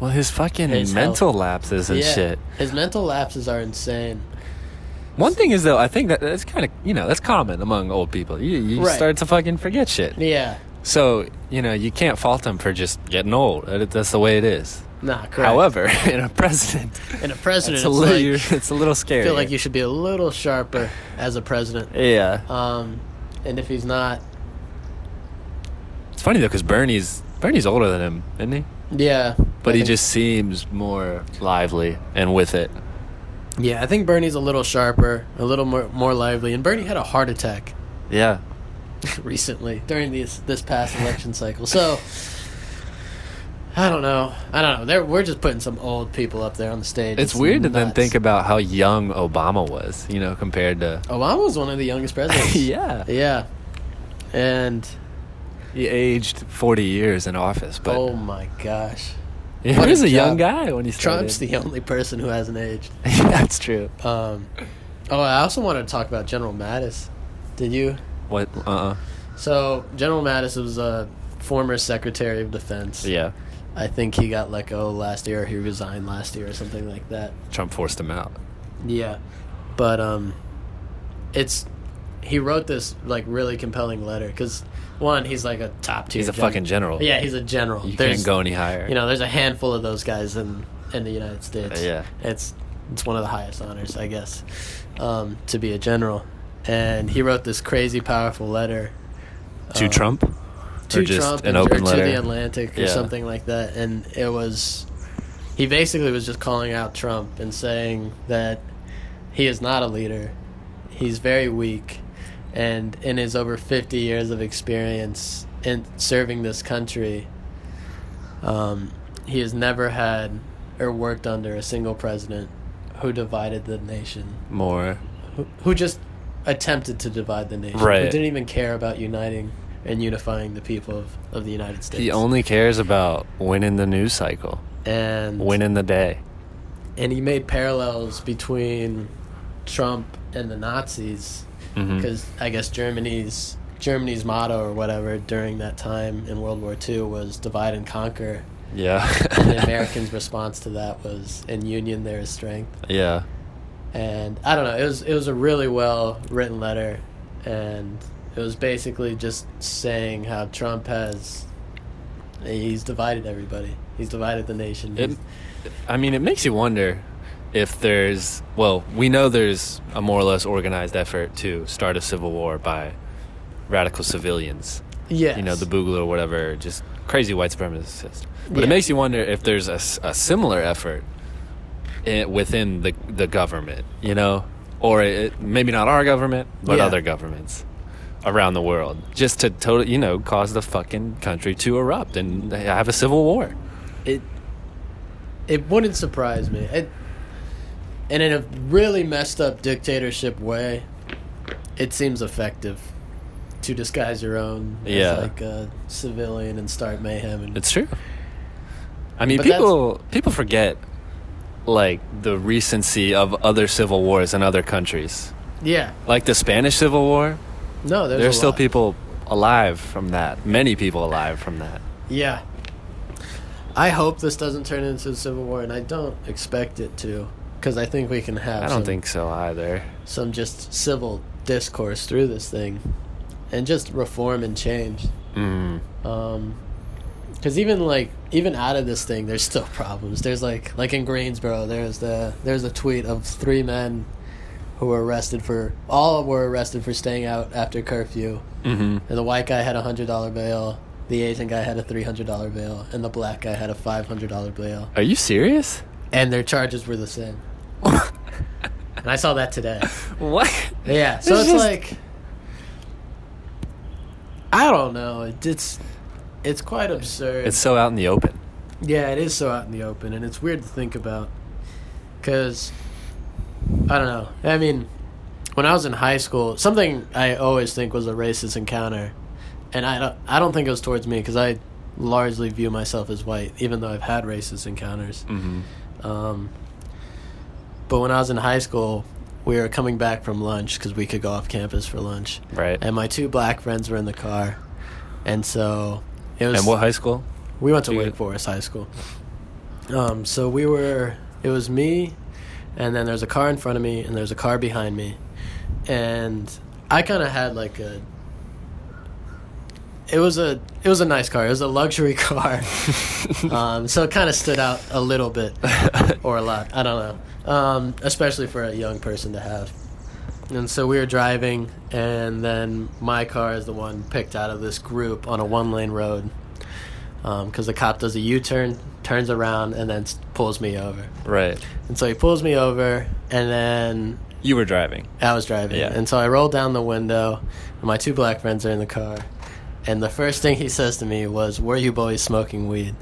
Speaker 2: well, his fucking
Speaker 3: His
Speaker 2: mental lapses and
Speaker 3: yeah.
Speaker 2: shit.
Speaker 3: His mental lapses are insane.
Speaker 2: One thing is though, I think that that's kind of you know that's common among old people. You, you
Speaker 3: Right.
Speaker 2: start to fucking forget shit.
Speaker 3: Yeah.
Speaker 2: So you know you can't fault them for just getting old. That- That's the way it is.
Speaker 3: Nah, correct.
Speaker 2: However, in a president,
Speaker 3: in a
Speaker 2: it's
Speaker 3: president,
Speaker 2: a
Speaker 3: it's
Speaker 2: little
Speaker 3: like,
Speaker 2: you're- it's a little scary.
Speaker 3: I feel like you should be a little sharper as a president.
Speaker 2: Yeah,
Speaker 3: Um, and if he's not,
Speaker 2: it's funny though because Bernie's Bernie's older than him, isn't he?
Speaker 3: yeah.
Speaker 2: But
Speaker 3: I
Speaker 2: he
Speaker 3: think-
Speaker 2: just seems more lively and with it.
Speaker 3: yeah. I think Bernie's a little sharper, a little more more lively. And Bernie had a heart attack
Speaker 2: Yeah,
Speaker 3: recently during this this past election cycle. So I don't know. I don't know. They're, we're just putting some old people up there on the stage.
Speaker 2: it's, weird to then
Speaker 3: nuts.
Speaker 2: think about how young Obama was, you know, compared to
Speaker 3: Obama was one of the youngest presidents.
Speaker 2: yeah,
Speaker 3: Yeah. And
Speaker 2: he aged forty years in office. But
Speaker 3: oh my gosh,
Speaker 2: he
Speaker 3: what
Speaker 2: was
Speaker 3: a
Speaker 2: a young
Speaker 3: job.
Speaker 2: guy when he started.
Speaker 3: Trump's the only person who hasn't aged.
Speaker 2: That's true.
Speaker 3: Um, oh, I also wanted to talk about General Mattis. Did you?
Speaker 2: What? Uh. uh
Speaker 3: So General Mattis was a former Secretary of Defense.
Speaker 2: Yeah.
Speaker 3: I think he got let go last year. or He resigned last year or something like that.
Speaker 2: Trump forced him out.
Speaker 3: Yeah, but um, it's he wrote this like really compelling letter because one, he's like a top tier.
Speaker 2: He's a
Speaker 3: general.
Speaker 2: fucking general.
Speaker 3: Yeah, he's a general.
Speaker 2: You
Speaker 3: there's
Speaker 2: can't go any higher.
Speaker 3: you know there's a handful of those guys in in the United States.
Speaker 2: Yeah.
Speaker 3: it's it's one of the highest honors, I guess, um, to be a general. And he wrote this crazy powerful letter
Speaker 2: to Trump,
Speaker 3: to
Speaker 2: or just
Speaker 3: Trump
Speaker 2: an
Speaker 3: and,
Speaker 2: open
Speaker 3: or
Speaker 2: letter.
Speaker 3: to the Atlantic or
Speaker 2: Yeah.
Speaker 3: something like that, and it was he basically was just calling out Trump and saying that he is not a leader, he's very weak, and in his over fifty years of experience in serving this country, um, he has never had or worked under a single president who divided the nation
Speaker 2: more.
Speaker 3: who- who just attempted to divide the nation. Who
Speaker 2: Right.
Speaker 3: didn't even care about uniting and unifying the people of, of the United States.
Speaker 2: He only cares about winning the news cycle,
Speaker 3: and
Speaker 2: winning the day.
Speaker 3: and he made parallels between Trump and the Nazis
Speaker 2: Mhm.
Speaker 3: because I guess Germany's Germany's motto or whatever during that time in World War II was divide and conquer. And the
Speaker 2: Yeah.
Speaker 3: Americans' response to that was in union there is strength.
Speaker 2: yeah.
Speaker 3: and I don't know. It was it was a really well written letter, and it was basically just saying how Trump has he's divided everybody. He's divided the nation.
Speaker 2: It,
Speaker 3: He's-
Speaker 2: I mean, it makes you wonder if there's. Well, we know there's a more or less organized effort to start a civil war by radical civilians.
Speaker 3: yes.
Speaker 2: You know, the Boogaloo or whatever, just crazy white supremacists. But
Speaker 3: Yeah.
Speaker 2: it makes you wonder if there's a, s- a similar effort i within the the government. You know, or it, maybe not our government, but
Speaker 3: Yeah.
Speaker 2: other governments around the world, just to total, you know, cause the fucking country to erupt and have a civil war.
Speaker 3: it it wouldn't surprise me. It and in a really messed up dictatorship way, it seems effective to disguise your own
Speaker 2: Yeah.
Speaker 3: as like a civilian and start mayhem and
Speaker 2: It's true. I mean,
Speaker 3: But that's-
Speaker 2: people people forget like the recency of other civil wars in other countries,
Speaker 3: yeah.
Speaker 2: like the Spanish Civil War.
Speaker 3: No, there's,
Speaker 2: There are
Speaker 3: a
Speaker 2: still
Speaker 3: lot.
Speaker 2: people alive from that. Many people alive from that.
Speaker 3: Yeah. I hope this doesn't turn into a civil war, and I don't expect it to, because I think we can have.
Speaker 2: I
Speaker 3: some-
Speaker 2: don't think so either.
Speaker 3: some just civil discourse through this thing and just reform and change
Speaker 2: Mm.
Speaker 3: because even like even out of this thing there's still problems there's like like in greensboro there's the there's a tweet of three men who were arrested for all were arrested for staying out after curfew
Speaker 2: hmm
Speaker 3: and the white guy had a hundred dollar bail the asian guy had a three hundred dollar bail and the black guy had a five hundred dollar bail
Speaker 2: Are you serious?
Speaker 3: and their charges were the same and i saw that today
Speaker 2: What?
Speaker 3: yeah, so
Speaker 2: It's
Speaker 3: it's,
Speaker 2: just-
Speaker 3: like I don't know. It- It's it's quite absurd.
Speaker 2: It's so out in the open.
Speaker 3: yeah, it is so out in the open, and it's weird to think about. Cause I don't know. I mean, when I was in high school, something I always think was a racist encounter, and I don't I don't think it was towards me because I largely view myself as white, even though I've had racist encounters.
Speaker 2: hmm
Speaker 3: Um, but when I was in high school, we were coming back from lunch because we could go off campus for lunch,
Speaker 2: Right.
Speaker 3: and my two black friends were in the car, and so it was.
Speaker 2: and what high school?
Speaker 3: we went to
Speaker 2: you-
Speaker 3: Wake Forest High School. Um, so we were. It was me, and then there's a car in front of me, and there's a car behind me, and I kind of had like a. It was a it was a nice car. It was a luxury car, um, so it kind of stood out a little bit or a lot. I don't know. Um, especially for a young person to have. And so we were driving, and then my car is the one picked out of this group on a one lane road because the cop does a U turn, turns around, and then s- pulls me over.
Speaker 2: right.
Speaker 3: And so he pulls me over, and then
Speaker 2: You were driving.
Speaker 3: I was driving.
Speaker 2: Yeah.
Speaker 3: And so I rolled down the window, and my two black friends are in the car. And the first thing he says to me was, Were you boys smoking weed?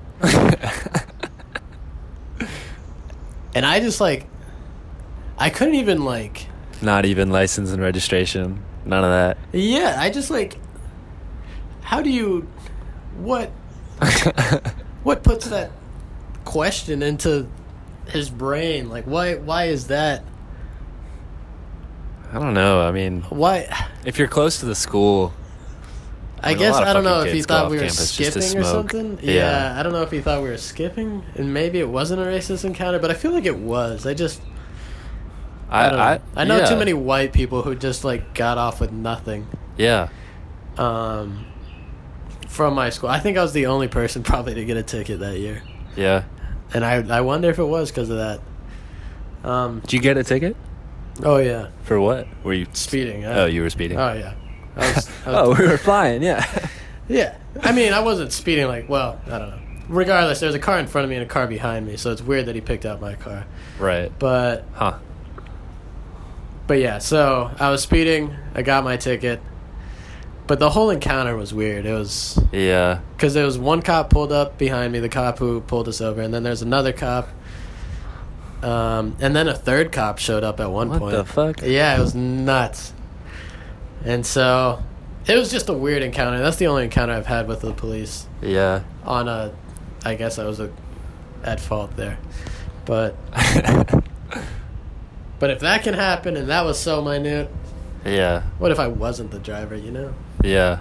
Speaker 3: and I just like, I couldn't even like,
Speaker 2: Not even license and registration. None of that.
Speaker 3: yeah, I just like, how do you, what, what puts that question into his brain? Like, why, why is that?
Speaker 2: I don't know. I mean,
Speaker 3: Why?
Speaker 2: if you're close to the school,
Speaker 3: I
Speaker 2: mean, a
Speaker 3: guess
Speaker 2: lot of
Speaker 3: I don't
Speaker 2: fucking
Speaker 3: know if he
Speaker 2: kids go
Speaker 3: thought
Speaker 2: off
Speaker 3: we were
Speaker 2: campus just to
Speaker 3: skipping or
Speaker 2: smoke.
Speaker 3: something.
Speaker 2: Yeah.
Speaker 3: Yeah. I don't know if he thought we were skipping, and maybe it wasn't a racist encounter, but I feel like it was. I just I
Speaker 2: I
Speaker 3: don't know. I, know
Speaker 2: yeah.
Speaker 3: too many white people who just like got off with nothing
Speaker 2: Yeah,
Speaker 3: um, from my school. I think I was the only person probably to get a ticket that year,
Speaker 2: yeah.
Speaker 3: and I I wonder if it was because of that. Um,
Speaker 2: Did you get a ticket
Speaker 3: oh yeah,
Speaker 2: for what? Were you?
Speaker 3: speeding. I-
Speaker 2: Oh, you were speeding.
Speaker 3: Oh yeah. I was, I was-
Speaker 2: oh, we were flying. Yeah.
Speaker 3: Yeah. I mean, I wasn't speeding like, well, I don't know. Regardless, there's a car in front of me and a car behind me, so it's weird that he picked out my car.
Speaker 2: right.
Speaker 3: But
Speaker 2: Huh.
Speaker 3: but yeah, so I was speeding, I got my ticket. But the whole encounter was weird. It was
Speaker 2: Yeah.
Speaker 3: cuz there was one cop pulled up behind me, the cop who pulled us over, and then there's another cop um, and then a third cop showed up at one
Speaker 2: What
Speaker 3: point.
Speaker 2: the fuck?
Speaker 3: Yeah, it was nuts. And so it was just a weird encounter. That's the only encounter I've had with the police.
Speaker 2: Yeah.
Speaker 3: on a I guess I was a, at fault there. But but if that can happen and that was so minute,
Speaker 2: yeah.
Speaker 3: what if I wasn't the driver, you know?
Speaker 2: Yeah.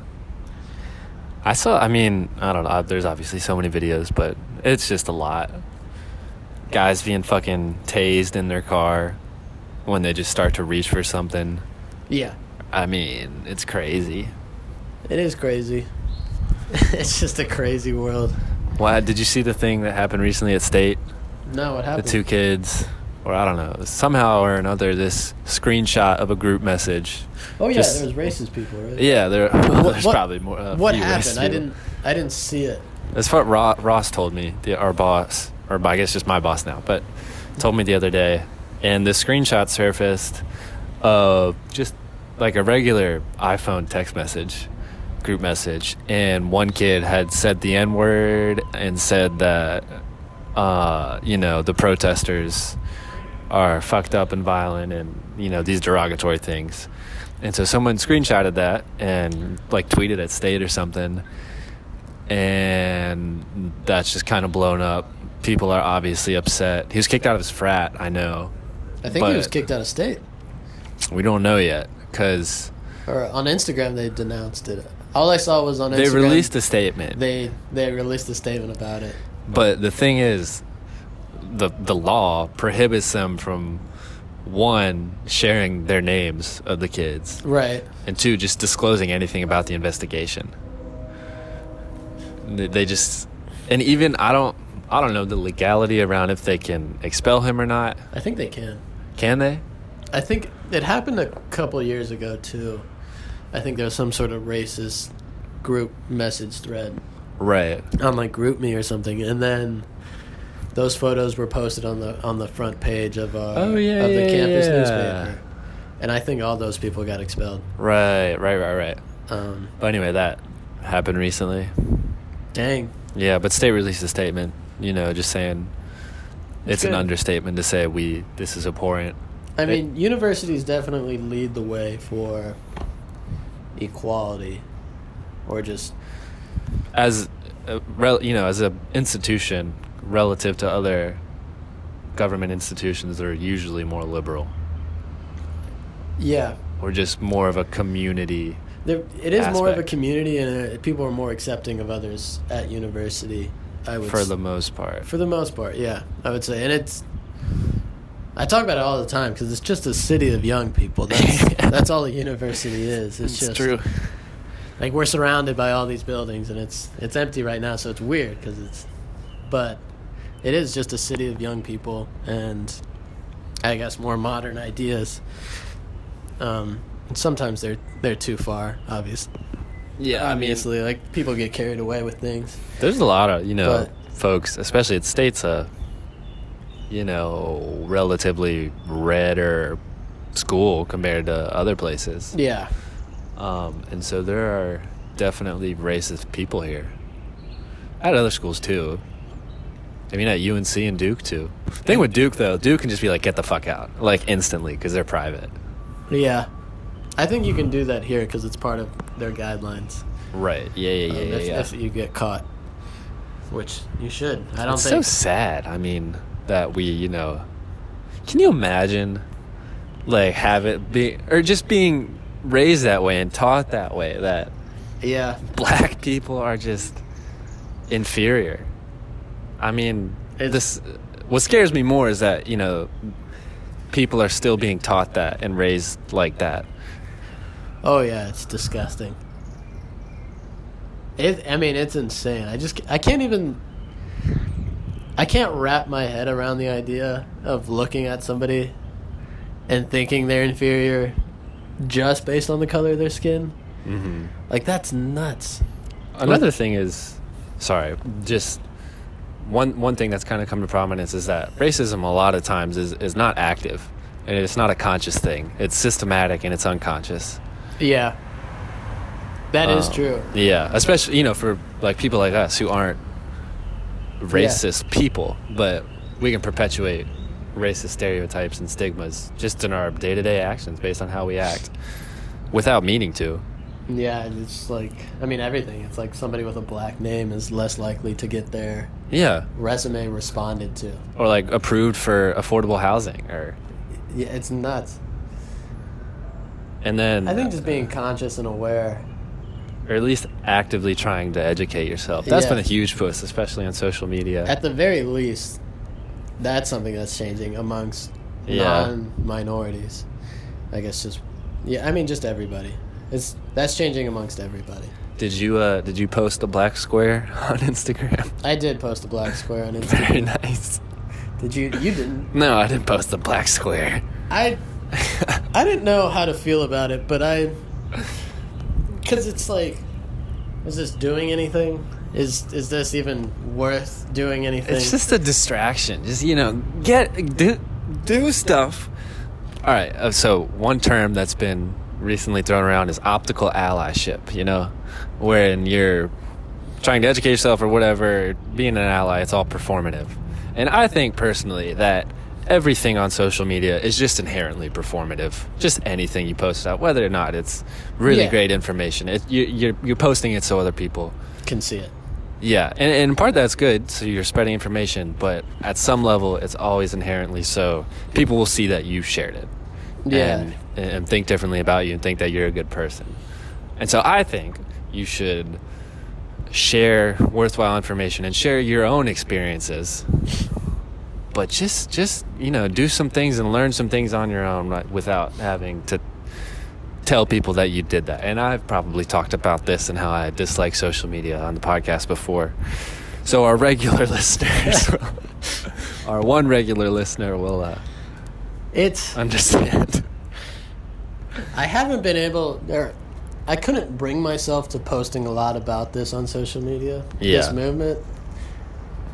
Speaker 2: I saw. I mean, I don't know. There's obviously so many videos, but it's just a lot. Guys being fucking tased in their car when they just start to reach for something.
Speaker 3: Yeah.
Speaker 2: I mean, it's crazy.
Speaker 3: It is crazy. it's just a crazy world.
Speaker 2: Why did you see the thing that happened recently at State?
Speaker 3: No, what
Speaker 2: The
Speaker 3: happened?
Speaker 2: two kids, or I don't know, somehow or another, this screenshot of a group message.
Speaker 3: oh yeah,
Speaker 2: just-
Speaker 3: there was racist people. Right?
Speaker 2: Yeah, there. there's
Speaker 3: what-
Speaker 2: probably more. a
Speaker 3: what
Speaker 2: few
Speaker 3: happened?
Speaker 2: ways
Speaker 3: I
Speaker 2: to-
Speaker 3: didn't. I didn't see it.
Speaker 2: That's what Ro- Ross told me, the, our boss, or I guess just my boss now, but told me the other day. And the screenshot surfaced of just like a regular iPhone text message, group message. And one kid had said the N word and said that, uh, you know, the protesters are fucked up and violent and, you know, these derogatory things. And so someone screenshotted that and like tweeted at State or something and that's just kind of blown up. People are obviously upset. He was kicked out of his frat, I know.
Speaker 3: I think he was
Speaker 2: But-
Speaker 3: kicked out of state.
Speaker 2: We don't know yet because
Speaker 3: Or on Instagram, they denounced it. All I saw was on Instagram.
Speaker 2: they released a statement.
Speaker 3: They they released a statement about it.
Speaker 2: but the thing is, the the law prohibits them from one sharing their names of the kids
Speaker 3: Right.
Speaker 2: and two just disclosing anything about the investigation. They, they just and even I don't I don't know the legality around if they can expel him or not.
Speaker 3: I think they can.
Speaker 2: Can they?
Speaker 3: I think it happened a couple years ago too. I think there was some sort of racist group message thread
Speaker 2: Right.
Speaker 3: on like GroupMe or something, and then those photos were posted on the on the front page of uh,
Speaker 2: Oh, yeah,
Speaker 3: of the
Speaker 2: yeah,
Speaker 3: campus
Speaker 2: yeah.
Speaker 3: newspaper. And I think all those people got expelled.
Speaker 2: Right, right, right, right.
Speaker 3: Um,
Speaker 2: But anyway, that happened recently.
Speaker 3: dang,
Speaker 2: Yeah, but state released a statement, you know, just saying it's an
Speaker 3: good.
Speaker 2: understatement to say we this is abhorrent.
Speaker 3: I
Speaker 2: They-
Speaker 3: mean, universities definitely lead the way for equality, or just
Speaker 2: As a, rel- you know, as a institution relative to other government institutions that are usually more liberal
Speaker 3: yeah.
Speaker 2: or just more of a community.
Speaker 3: There, it is more of a
Speaker 2: Aspect.
Speaker 3: community, and uh, people are more accepting of others at university. I would
Speaker 2: For
Speaker 3: s-
Speaker 2: the most part,
Speaker 3: for the most part, yeah, I would say, and it's. I talk about it all the time because it's just a city of young people. That's, that's all a university is. It's, just like we're surrounded by all these buildings, and it's it's empty right now, so it's weird because it's, but it is just a city of young people and, I guess more modern ideas. Um, and sometimes they're they're too far, obviously.
Speaker 2: Yeah,
Speaker 3: Obviously, like people get carried away with things.
Speaker 2: There's a lot of you know
Speaker 3: But-
Speaker 2: folks, especially at states, a you know relatively redder school compared to other places,
Speaker 3: Yeah,
Speaker 2: um, and so there are definitely racist people here. At other schools too. I mean, at UNC and Duke too. Thing with Duke though, Duke can just be like, "Get the fuck out!" like instantly because they're private.
Speaker 3: yeah. I think you can do that here because it's part of their guidelines.
Speaker 2: Right? Yeah, yeah,
Speaker 3: um,
Speaker 2: yeah,
Speaker 3: if,
Speaker 2: yeah. yeah.
Speaker 3: if you get caught, which you should. I don't
Speaker 2: it's so
Speaker 3: think.
Speaker 2: sad. I mean, that we, you know, can you imagine, like, have it be or just being raised that way and taught that way that
Speaker 3: yeah,
Speaker 2: black people are just inferior. I mean,
Speaker 3: It's-
Speaker 2: this. What scares me more is that you know, people are still being taught that and raised like that.
Speaker 3: Oh yeah, it's disgusting. It, I mean, it's insane. I just, I can't even, I can't wrap my head around the idea of looking at somebody and thinking they're inferior just based on the color of their skin. Like that's nuts.
Speaker 2: Another thing is, sorry, just one one thing that's kind of come to prominence is that racism a lot of times is is not active, and it's not a conscious thing. It's systematic and it's unconscious.
Speaker 3: Yeah, that is
Speaker 2: Um,
Speaker 3: true.
Speaker 2: Yeah, especially you know for like people like us who aren't racist people, but we can perpetuate racist stereotypes and stigmas just in our day to day actions based on how we act, without meaning to.
Speaker 3: Yeah, it's like, I mean, everything. It's like somebody with a black name is less likely to get their
Speaker 2: Yeah,
Speaker 3: resume responded to.
Speaker 2: or like approved for affordable housing, or
Speaker 3: Yeah, it's nuts.
Speaker 2: and then
Speaker 3: I think just being conscious and aware.
Speaker 2: or at least actively trying to educate yourself. That's
Speaker 3: Yeah.
Speaker 2: been a huge push, especially on social media.
Speaker 3: At the very least, that's something that's changing amongst
Speaker 2: Yeah.
Speaker 3: non-minorities. I guess just yeah, I mean just everybody. It's that's changing amongst everybody.
Speaker 2: Did you uh did you post the black square on Instagram?
Speaker 3: I did post a black square on Instagram.
Speaker 2: Very nice.
Speaker 3: Did you? You didn't.
Speaker 2: No, I didn't post the black square.
Speaker 3: I I didn't know how to feel about it, but I because it's like, is this doing anything? Is is this even worth doing anything?
Speaker 2: It's just a distraction. Just you know, get do do stuff. All right. uh, So one term that's been recently thrown around is optical allyship. You know, wherein you're trying to educate yourself or whatever, being an ally, it's all performative. And I think personally that everything on social media is just inherently performative. Just anything you post out, whether or not it's really
Speaker 3: Yeah.
Speaker 2: great information, it, you, you're you're posting it so other people
Speaker 3: can see it.
Speaker 2: yeah, and, and in part that's good. So you're spreading information, but at some level, it's always inherently so. People will see that you shared it,
Speaker 3: Yeah.
Speaker 2: and, and think differently about you, and think that you're a good person. And so I think you should share worthwhile information and share your own experiences. But just, just you know, do some things and learn some things on your own, right, without having to tell people that you did that. And I've probably talked about this and how I dislike social media on the podcast before. So our regular listeners, our one regular listener will uh,
Speaker 3: It's.
Speaker 2: understand.
Speaker 3: I haven't been able. Or, I couldn't bring myself to posting a lot about this on social media. This
Speaker 2: Yeah.
Speaker 3: movement,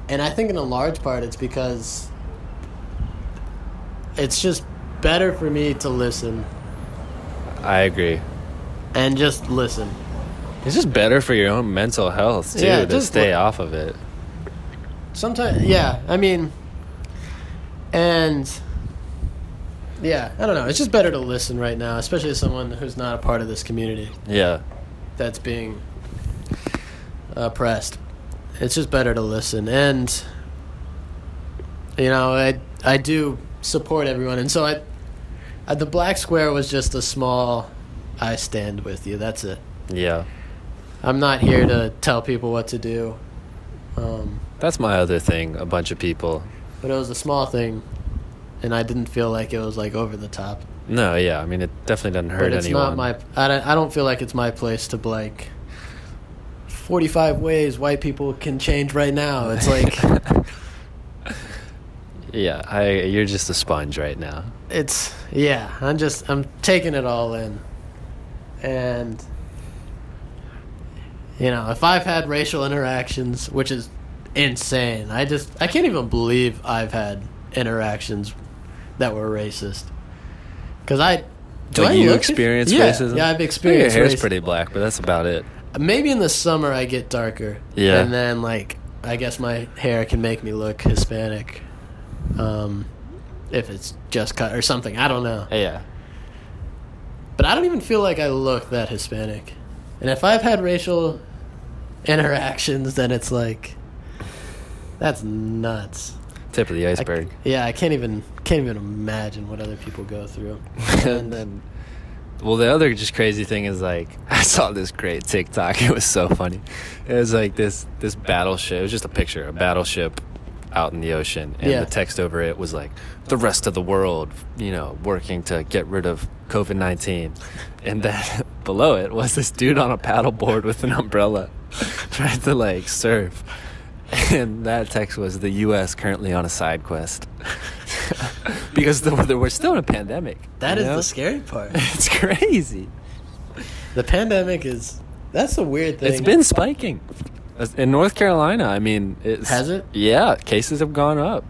Speaker 3: and I think in a large part it's because it's just better for me to listen
Speaker 2: I agree.
Speaker 3: and just listen.
Speaker 2: It's just better for your own mental health too
Speaker 3: Yeah,
Speaker 2: to
Speaker 3: just
Speaker 2: stay
Speaker 3: li-
Speaker 2: off of it.
Speaker 3: Sometimes, yeah. I mean, and yeah, I don't know. It's just better to listen right now, especially as someone who's not a part of this community
Speaker 2: Yeah,
Speaker 3: that's being oppressed. It's just better to listen, and you know, I I do support everyone, and so I, I the black square was just a small. I stand with you. That's it.
Speaker 2: yeah.
Speaker 3: I'm not here to tell people what to do. Um,
Speaker 2: That's my other thing. A bunch of people.
Speaker 3: but it was a small thing, and I didn't feel like it was like over the top.
Speaker 2: No, yeah. I mean, it definitely doesn't hurt
Speaker 3: but it's
Speaker 2: anyone.
Speaker 3: not my. I don't, I don't feel like it's my place to be like. Forty-five ways white people can change right now. It's like
Speaker 2: yeah, I. You're just a sponge right now.
Speaker 3: it's yeah. I'm just I'm taking it all in, and you know if I've had racial interactions, which is insane. I just I can't even believe I've had interactions that were racist. Because I do
Speaker 2: Like,
Speaker 3: I
Speaker 2: you
Speaker 3: look-
Speaker 2: experience
Speaker 3: yeah,
Speaker 2: racism?
Speaker 3: Yeah, I've
Speaker 2: I think your
Speaker 3: experienced
Speaker 2: hair's
Speaker 3: racism.
Speaker 2: pretty black, but that's about it.
Speaker 3: Maybe in the summer I get darker.
Speaker 2: Yeah.
Speaker 3: And then like I guess my hair can make me look Hispanic. Um if it's just cut or something. I don't know.
Speaker 2: Yeah.
Speaker 3: But I don't even feel like I look that Hispanic. And if I've had racial interactions then it's like that's nuts.
Speaker 2: Tip of the
Speaker 3: I c-
Speaker 2: iceberg.
Speaker 3: yeah, I can't even can't even imagine what other people go through.
Speaker 2: and then well the other just crazy thing is like i saw this great tiktok it was so funny it was like this this battleship it was just a picture a battleship out in the ocean and
Speaker 3: Yeah.
Speaker 2: the text over it was like the rest of the world you know working to get rid of covid-19 and then below it was this dude on a paddleboard with an umbrella trying to like surf and that text was the us currently on a side quest because the, we're still in a pandemic
Speaker 3: That is
Speaker 2: you know?
Speaker 3: the scary part.
Speaker 2: It's crazy.
Speaker 3: the pandemic is that's a weird thing.
Speaker 2: It's been spiking. As- In North Carolina, I mean, it's,
Speaker 3: Has it?
Speaker 2: Yeah, cases have gone up.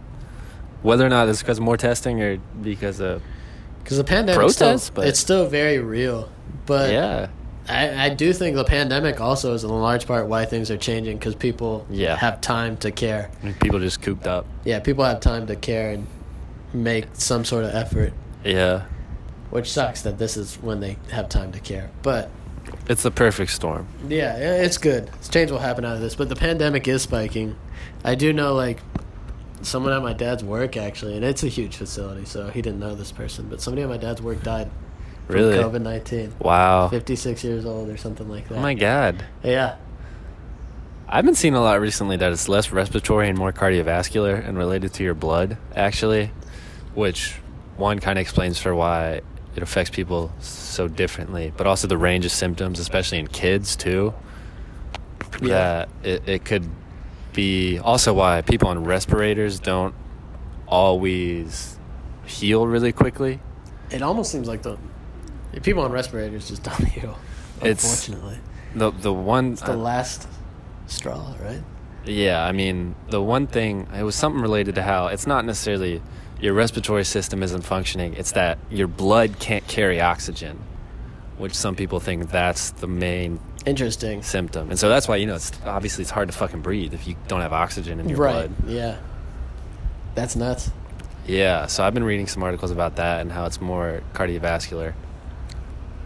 Speaker 2: Whether or not it's because of more testing or because of
Speaker 3: Because the pandemic still,
Speaker 2: Protests, but-
Speaker 3: it's still very real. But
Speaker 2: yeah,
Speaker 3: I, I do think the pandemic also is in large part why things are changing because people
Speaker 2: Yeah.
Speaker 3: have time to care.
Speaker 2: I mean, people just cooped up.
Speaker 3: Yeah, people have time to care and make some sort of effort,
Speaker 2: Yeah,
Speaker 3: which sucks that this is when they have time to care. But
Speaker 2: it's the perfect storm.
Speaker 3: yeah, yeah, it's good. Change will happen out of this. But the pandemic is spiking. I do know, like, someone at my dad's work actually, and it's a huge facility, so he didn't know this person, but somebody at my dad's work died from
Speaker 2: Really?
Speaker 3: COVID 19.
Speaker 2: Wow.
Speaker 3: 56 years old or something like that.
Speaker 2: Oh my God.
Speaker 3: Yeah.
Speaker 2: I've been seeing a lot recently that it's less respiratory and more cardiovascular and related to your blood, actually, which one kind of explains for why it affects people so differently, but also the range of symptoms, especially in kids too.
Speaker 3: Yeah.
Speaker 2: that it, it could be also why people on respirators don't always heal really quickly.
Speaker 3: It almost seems like the the people on respirators just don't heal.
Speaker 2: It's-
Speaker 3: Unfortunately,
Speaker 2: The the one
Speaker 3: it's the last straw, right?
Speaker 2: Yeah, I mean, the one thing, it was something related to how it's not necessarily your respiratory system isn't functioning, it's that your blood can't carry oxygen, which some people think that's the main
Speaker 3: Interesting.
Speaker 2: symptom. And so that's why, you know, it's obviously it's hard to fucking breathe if you don't have oxygen in your
Speaker 3: Right.
Speaker 2: blood.
Speaker 3: Yeah. That's nuts.
Speaker 2: Yeah, so I've been reading some articles about that and how it's more cardiovascular.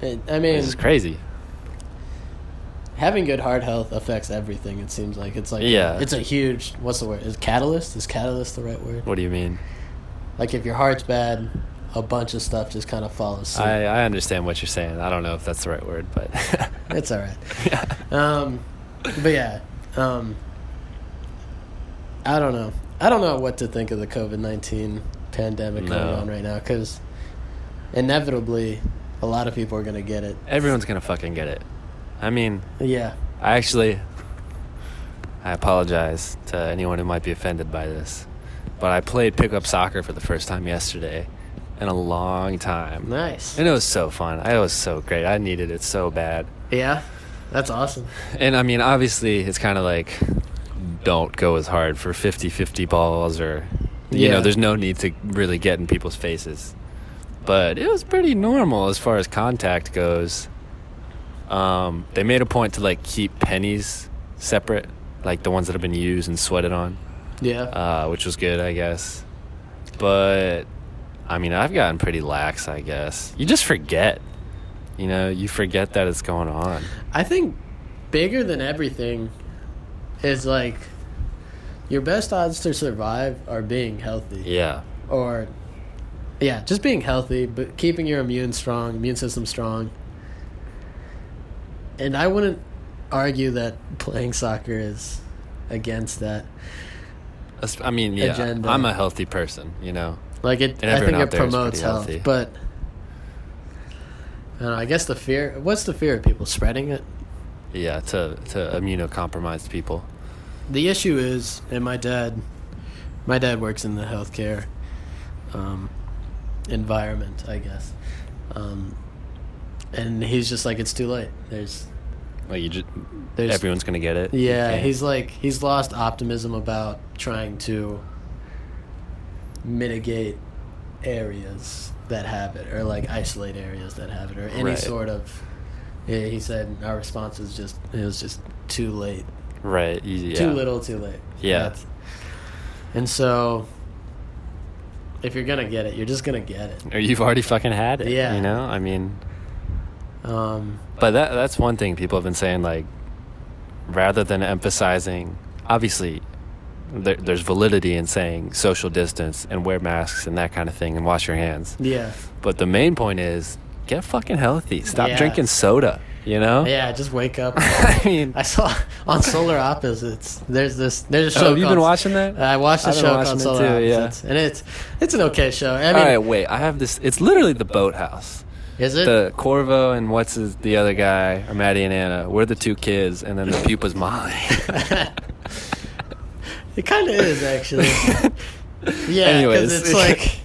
Speaker 3: It, I
Speaker 2: This
Speaker 3: mean,
Speaker 2: is crazy.
Speaker 3: having good heart health affects everything. It seems like it's like
Speaker 2: Yeah.
Speaker 3: it's a huge. What's the word? Is catalyst? Is catalyst the right word?
Speaker 2: What do you mean?
Speaker 3: Like if your heart's bad, a bunch of stuff just kind of follows suit.
Speaker 2: I, I understand what you're saying. I don't know if that's the right word, but
Speaker 3: It's all right. Um, but yeah, um, I don't know. I don't know what to think of the COVID nineteen pandemic
Speaker 2: No.
Speaker 3: going on right now because inevitably a lot of people are gonna get it.
Speaker 2: everyone's going to fucking get it. I mean,
Speaker 3: Yeah,
Speaker 2: I actually, I apologize to anyone who might be offended by this, but I played pickup soccer for the first time yesterday in a long time.
Speaker 3: nice.
Speaker 2: And it was so fun. It was so great. I needed it so bad.
Speaker 3: Yeah, that's awesome.
Speaker 2: And I mean, obviously, it's kind of like don't go as hard for 50 50 balls or, you
Speaker 3: Yeah.
Speaker 2: know, there's no need to really get in people's faces. But it was pretty normal as far as contact goes. Um, they made a point to like keep pennies separate, like the ones that have been used and sweated on,
Speaker 3: Yeah,
Speaker 2: uh, which was good, I guess. But I mean, I've gotten pretty lax, I guess. You just forget, you know, you forget that it's going on.
Speaker 3: I think bigger than everything is like your best odds to survive are being healthy.
Speaker 2: Yeah.
Speaker 3: or yeah, just being healthy, but keeping your immune strong, immune system strong. And I wouldn't argue that playing soccer is against that.
Speaker 2: As- I mean, yeah,
Speaker 3: agenda.
Speaker 2: I'm a healthy person, you know.
Speaker 3: Like it,
Speaker 2: And
Speaker 3: I
Speaker 2: everyone
Speaker 3: think
Speaker 2: out
Speaker 3: it
Speaker 2: there is
Speaker 3: promotes
Speaker 2: pretty
Speaker 3: health,
Speaker 2: healthy.
Speaker 3: but I don't know. I guess the fear. What's the fear of people spreading it?
Speaker 2: Yeah, to to immunocompromised people.
Speaker 3: The issue is, and my dad, my dad works in the healthcare um, environment, I guess, um, and he's just like, it's too late. There's
Speaker 2: Like you just,
Speaker 3: There's-
Speaker 2: everyone's gonna get it. You
Speaker 3: Yeah,
Speaker 2: can't-
Speaker 3: he's like he's lost optimism about trying to mitigate areas that have it, or like isolate areas that have it, or any
Speaker 2: Right.
Speaker 3: sort of. Yeah, he said our response was just it was just too late,
Speaker 2: right. y- Yeah.
Speaker 3: too little, too late.
Speaker 2: Yeah.
Speaker 3: and so if you're gonna get it, you're just gonna get it.
Speaker 2: Or you've already fucking had it.
Speaker 3: Yeah.
Speaker 2: You know. I mean,
Speaker 3: Um,
Speaker 2: but that that's one thing people have been saying. Like, rather than emphasizing, obviously, there, there's validity in saying social distance and wear masks and that kind of thing and wash your hands.
Speaker 3: yeah,
Speaker 2: But the main point is get fucking healthy. Stop
Speaker 3: Yeah.
Speaker 2: drinking soda. You know.
Speaker 3: yeah. Just wake up.
Speaker 2: I mean,
Speaker 3: I saw on Solar Opposites. There's this. There's a show.
Speaker 2: oh, have you been
Speaker 3: called-
Speaker 2: watching that?
Speaker 3: I watched the
Speaker 2: I've been
Speaker 3: show
Speaker 2: watching
Speaker 3: called
Speaker 2: it
Speaker 3: Solar
Speaker 2: too, yeah.
Speaker 3: Opposites, and it's it's an okay show. I mean,
Speaker 2: All right, wait. I have this. It's literally the boathouse.
Speaker 3: is it?
Speaker 2: The Corvo and what's his, the other guy, or Maddie and Anna. We're the two kids, and then the pupa's Molly.
Speaker 3: it kind of is actually. yeah, because
Speaker 2: Anyways.
Speaker 3: it's like,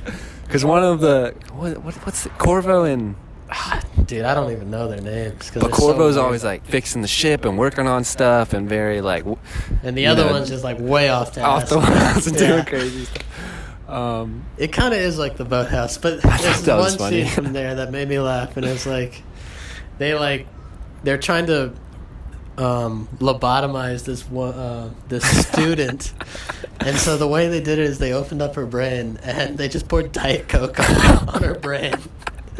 Speaker 2: Because one of the what, what what's the, Corvo and
Speaker 3: dude, I don't even know their names. 'cause
Speaker 2: but
Speaker 3: they're so
Speaker 2: Corvo's
Speaker 3: weird.
Speaker 2: always like fixing the ship and working on stuff and very like w-
Speaker 3: and the
Speaker 2: you
Speaker 3: other
Speaker 2: know,
Speaker 3: one's just like way off
Speaker 2: off
Speaker 3: task.
Speaker 2: the walls and
Speaker 3: Yeah.
Speaker 2: doing crazy stuff. Um,
Speaker 3: It kind of is like the boathouse, but
Speaker 2: I thought
Speaker 3: there's
Speaker 2: that
Speaker 3: one
Speaker 2: was funny.
Speaker 3: scene from there that made me laugh, and it's like they like they're trying to um, lobotomize this one uh, this student, and so the way they did it is they opened up her brain and they just poured diet coke on, on her brain,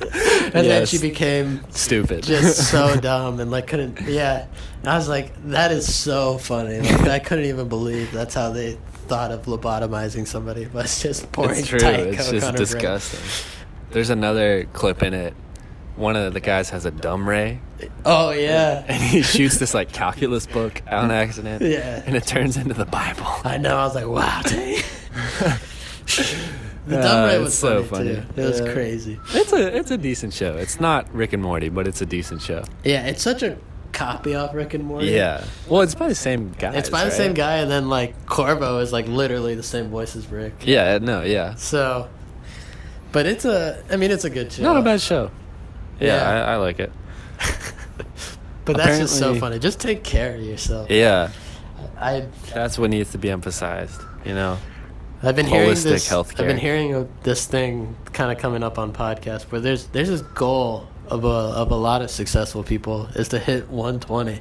Speaker 3: and then
Speaker 2: Yes.
Speaker 3: she became
Speaker 2: stupid.
Speaker 3: just so dumb and like couldn't yeah. And I was like, that is so funny. Like I couldn't even believe that's how they thought of lobotomizing somebody was just pouring
Speaker 2: It's true.
Speaker 3: Diet
Speaker 2: It's
Speaker 3: Coke on
Speaker 2: just
Speaker 3: her
Speaker 2: disgusting. There's another clip in it. One of the guys has a dumb ray,
Speaker 3: brain. Oh yeah.
Speaker 2: and he shoots this like calculus book on accident.
Speaker 3: Yeah.
Speaker 2: and it turns into the Bible.
Speaker 3: I know. I was like, wow. dang. the dumb ray
Speaker 2: Ah, it's
Speaker 3: was
Speaker 2: so
Speaker 3: funny,
Speaker 2: funny.
Speaker 3: too. It was
Speaker 2: Yeah.
Speaker 3: crazy.
Speaker 2: It's a it's a decent show. It's not Rick and Morty, but it's a decent show.
Speaker 3: Yeah, it's such a copy off Rick and Morty.
Speaker 2: Yeah. Well, it's by the same guy.
Speaker 3: Oh, It's by the same guy, and then like Corvo is like literally the same voice as Rick.
Speaker 2: Yeah. No. Yeah.
Speaker 3: So, but it's a, I mean, it's a good show.
Speaker 2: Not a bad show. Yeah,
Speaker 3: Yeah.
Speaker 2: I, I like it.
Speaker 3: but that's just so
Speaker 2: apparently-
Speaker 3: funny. Just take care of yourself.
Speaker 2: Yeah,
Speaker 3: I
Speaker 2: that's what needs to be emphasized. You know.
Speaker 3: I've been hearing
Speaker 2: Holistic
Speaker 3: this.
Speaker 2: healthcare.
Speaker 3: I've been hearing of this thing kind of coming up on podcasts where there's there's this goal of a of a lot of successful people is to hit 120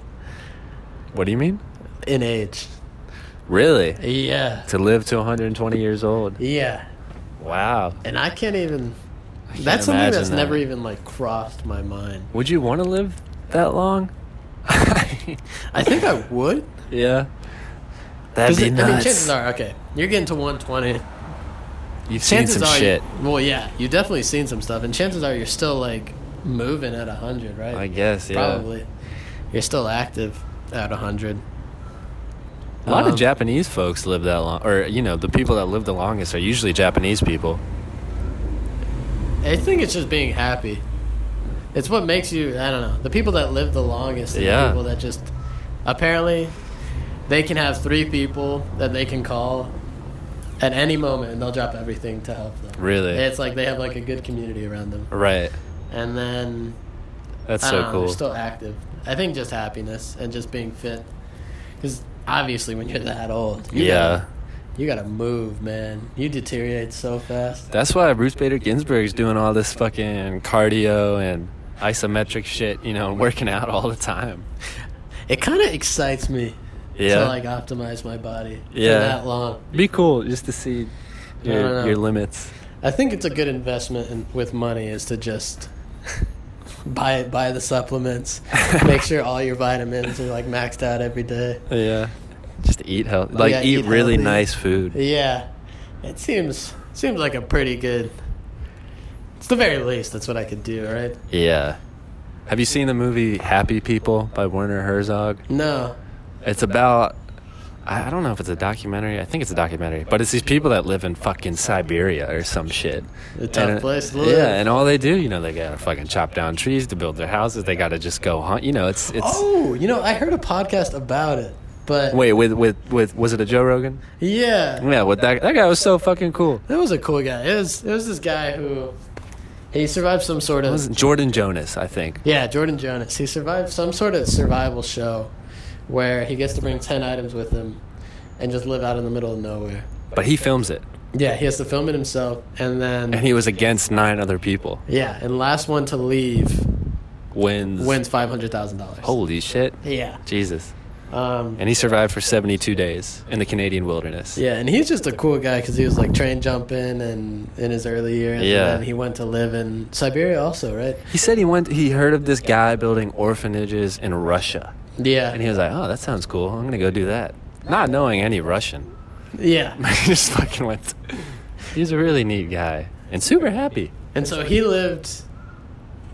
Speaker 2: What do you mean?
Speaker 3: in age.
Speaker 2: Really?
Speaker 3: Yeah,
Speaker 2: To live to 120 years old.
Speaker 3: yeah.
Speaker 2: Wow.
Speaker 3: And I can't even.
Speaker 2: can't
Speaker 3: that's something
Speaker 2: imagine
Speaker 3: that's
Speaker 2: that.
Speaker 3: never even like crossed my mind.
Speaker 2: Would you want to live that long?
Speaker 3: I think I would.
Speaker 2: yeah.
Speaker 3: 'Cause
Speaker 2: That'd be
Speaker 3: it-
Speaker 2: nuts.
Speaker 3: I mean, chances are okay. You're getting to 120.
Speaker 2: You've seen
Speaker 3: Chances
Speaker 2: some
Speaker 3: are,
Speaker 2: shit.
Speaker 3: well, yeah, you definitely seen some stuff, and chances are you're still like moving at 100, right?
Speaker 2: I guess. Yeah.
Speaker 3: Probably. You're still active at 100.
Speaker 2: A lot
Speaker 3: Um,
Speaker 2: of Japanese folks live that long, or you know, the people that live the longest are usually Japanese people.
Speaker 3: I think it's just being happy. It's what makes you, I don't know, the people that live the longest are
Speaker 2: Yeah.
Speaker 3: the people that just, apparently, they can have three people that they can call at any moment and they'll drop everything to help them.
Speaker 2: Really?
Speaker 3: It's like they have like a good community around them.
Speaker 2: Right.
Speaker 3: And then
Speaker 2: That's
Speaker 3: I
Speaker 2: so
Speaker 3: don't know,
Speaker 2: cool.
Speaker 3: They're still active. I think just happiness and just being fit. Because obviously, when you're that old, you
Speaker 2: yeah.
Speaker 3: gotta- you gotta move, man. You deteriorate so fast.
Speaker 2: That's why Bruce Bader Ginsburg's doing all this fucking cardio and isometric shit, you know, and working out all the time.
Speaker 3: It kind of excites me
Speaker 2: Yeah.
Speaker 3: to like optimize my body
Speaker 2: Yeah.
Speaker 3: for that long.
Speaker 2: Be cool just to see
Speaker 3: I don't know.
Speaker 2: your, your limits.
Speaker 3: I think it's a good investment in, with money is to just buy buy the supplements, make sure all your vitamins are like maxed out every day.
Speaker 2: Yeah. Just eat healthy. Like,
Speaker 3: Oh, yeah,
Speaker 2: eat,
Speaker 3: eat
Speaker 2: really
Speaker 3: healthy.
Speaker 2: nice food.
Speaker 3: Yeah, it seems seems like a pretty good. It's the very least. That's what I could do, right?
Speaker 2: Yeah. Have you seen the movie Happy People by Werner Herzog?
Speaker 3: No,
Speaker 2: It's about. I I don't know if it's a documentary. I think it's a documentary, but it's these people that live in fucking Siberia or some shit.
Speaker 3: A tough
Speaker 2: And- uh,
Speaker 3: place to
Speaker 2: Yeah,
Speaker 3: live.
Speaker 2: and all they do, you know, they gotta fucking chop down trees to build their houses. They gotta just go hunt. You know, it's it's.
Speaker 3: Oh, you know, I heard a podcast about it, but
Speaker 2: Wait, with with with was it a Joe Rogan?
Speaker 3: yeah,
Speaker 2: Yeah, with that that guy was so fucking cool.
Speaker 3: that was a cool guy. It was it was this guy who he survived some sort
Speaker 2: It
Speaker 3: of
Speaker 2: was Jordan Jonas, I think.
Speaker 3: yeah Jordan Jonas. He survived some sort of survival show where he gets to bring ten items with him and just live out in the middle of nowhere.
Speaker 2: But he films it,
Speaker 3: Yeah, he has to film it himself, and then
Speaker 2: and he was against nine other people.
Speaker 3: yeah, and last one to leave
Speaker 2: Wins.
Speaker 3: wins five hundred thousand dollars.
Speaker 2: Holy shit.
Speaker 3: yeah,
Speaker 2: Jesus.
Speaker 3: um,
Speaker 2: And he survived for seventy two days in the Canadian wilderness.
Speaker 3: yeah, and he's just a cool guy because he was like train jumping and in his early years.
Speaker 2: Yeah.
Speaker 3: and then he went to live in Siberia also, right?
Speaker 2: He said he went. He heard of this guy building orphanages in Russia,
Speaker 3: Yeah,
Speaker 2: and he was like, "Oh, that sounds cool. I'm gonna go do that." Not knowing any Russian,
Speaker 3: yeah,
Speaker 2: he just fucking went. He's a really neat guy and super happy.
Speaker 3: and so he lived.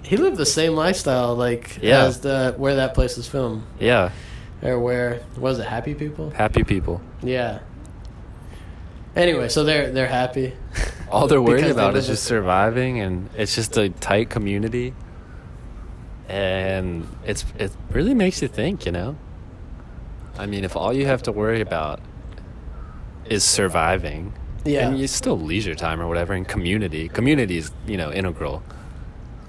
Speaker 3: He lived the same lifestyle, like
Speaker 2: Yeah.
Speaker 3: as the where that place was filmed,
Speaker 2: Yeah,
Speaker 3: or where was it Happy People?
Speaker 2: happy people.
Speaker 3: Yeah. Anyway, so they're they're happy.
Speaker 2: All they're worried
Speaker 3: Because they
Speaker 2: about
Speaker 3: live
Speaker 2: is just
Speaker 3: with-
Speaker 2: surviving, and it's just a tight community. And it's it really makes you think, you know. I mean, if all you have to worry about is surviving,
Speaker 3: Yeah,
Speaker 2: and you still leisure time or whatever, and community, community is you know integral.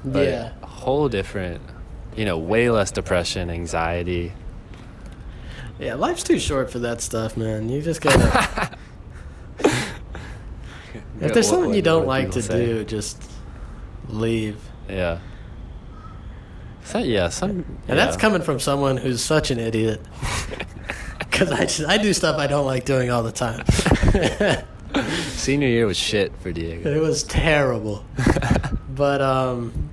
Speaker 2: but
Speaker 3: yeah.
Speaker 2: a whole different, you know, way less depression, anxiety.
Speaker 3: Yeah, life's too short for that stuff, man. You just gotta. if there's something you don't like to do, just leave.
Speaker 2: yeah. So, yeah, some.
Speaker 3: And that's coming from someone who's such an idiot. Because I, just- I do stuff I don't like doing all the time.
Speaker 2: Senior year was shit for Diego.
Speaker 3: it was terrible. But, um,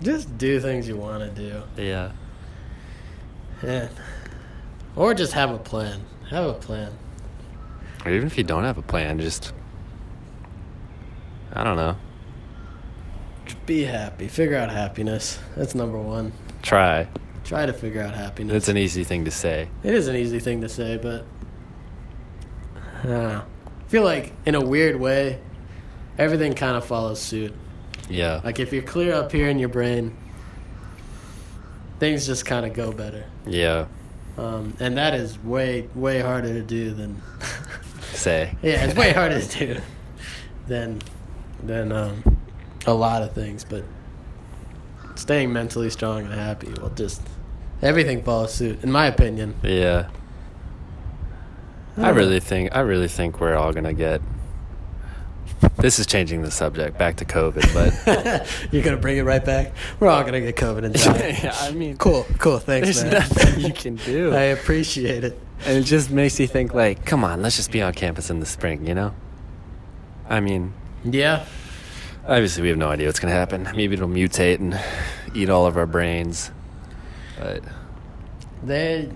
Speaker 3: just do things you want to do.
Speaker 2: yeah.
Speaker 3: Yeah. Or just have a plan. Have a plan.
Speaker 2: Or even if you don't have a plan, just. I don't know.
Speaker 3: Be happy. Figure out happiness. That's number one.
Speaker 2: Try.
Speaker 3: Try to figure out happiness.
Speaker 2: It's an easy thing to say.
Speaker 3: It is an easy thing to say, but I don't know. I feel like in a weird way, everything kind of follows suit.
Speaker 2: Yeah.
Speaker 3: Like if you're clear up here in your brain, things just kind of go better.
Speaker 2: Yeah.
Speaker 3: Um, and that is way way harder to do than
Speaker 2: Say.
Speaker 3: yeah, it's way harder to do than than um, a lot of things. But staying mentally strong and happy will just everything follows suit, in my opinion.
Speaker 2: Yeah. I really think I really think we're all gonna get. This is changing the subject back to COVID, but
Speaker 3: You're gonna bring it right back. We're all gonna get COVID and die.
Speaker 2: Yeah, I mean,
Speaker 3: cool, cool. Thanks,
Speaker 2: there's
Speaker 3: man.
Speaker 2: nothing you can do,
Speaker 3: I appreciate it.
Speaker 2: and it just makes you think like, come on, let's just be on campus in the spring, you know? I mean,
Speaker 3: Yeah,
Speaker 2: obviously we have no idea what's gonna happen. Maybe it'll mutate and eat all of our brains, but
Speaker 3: they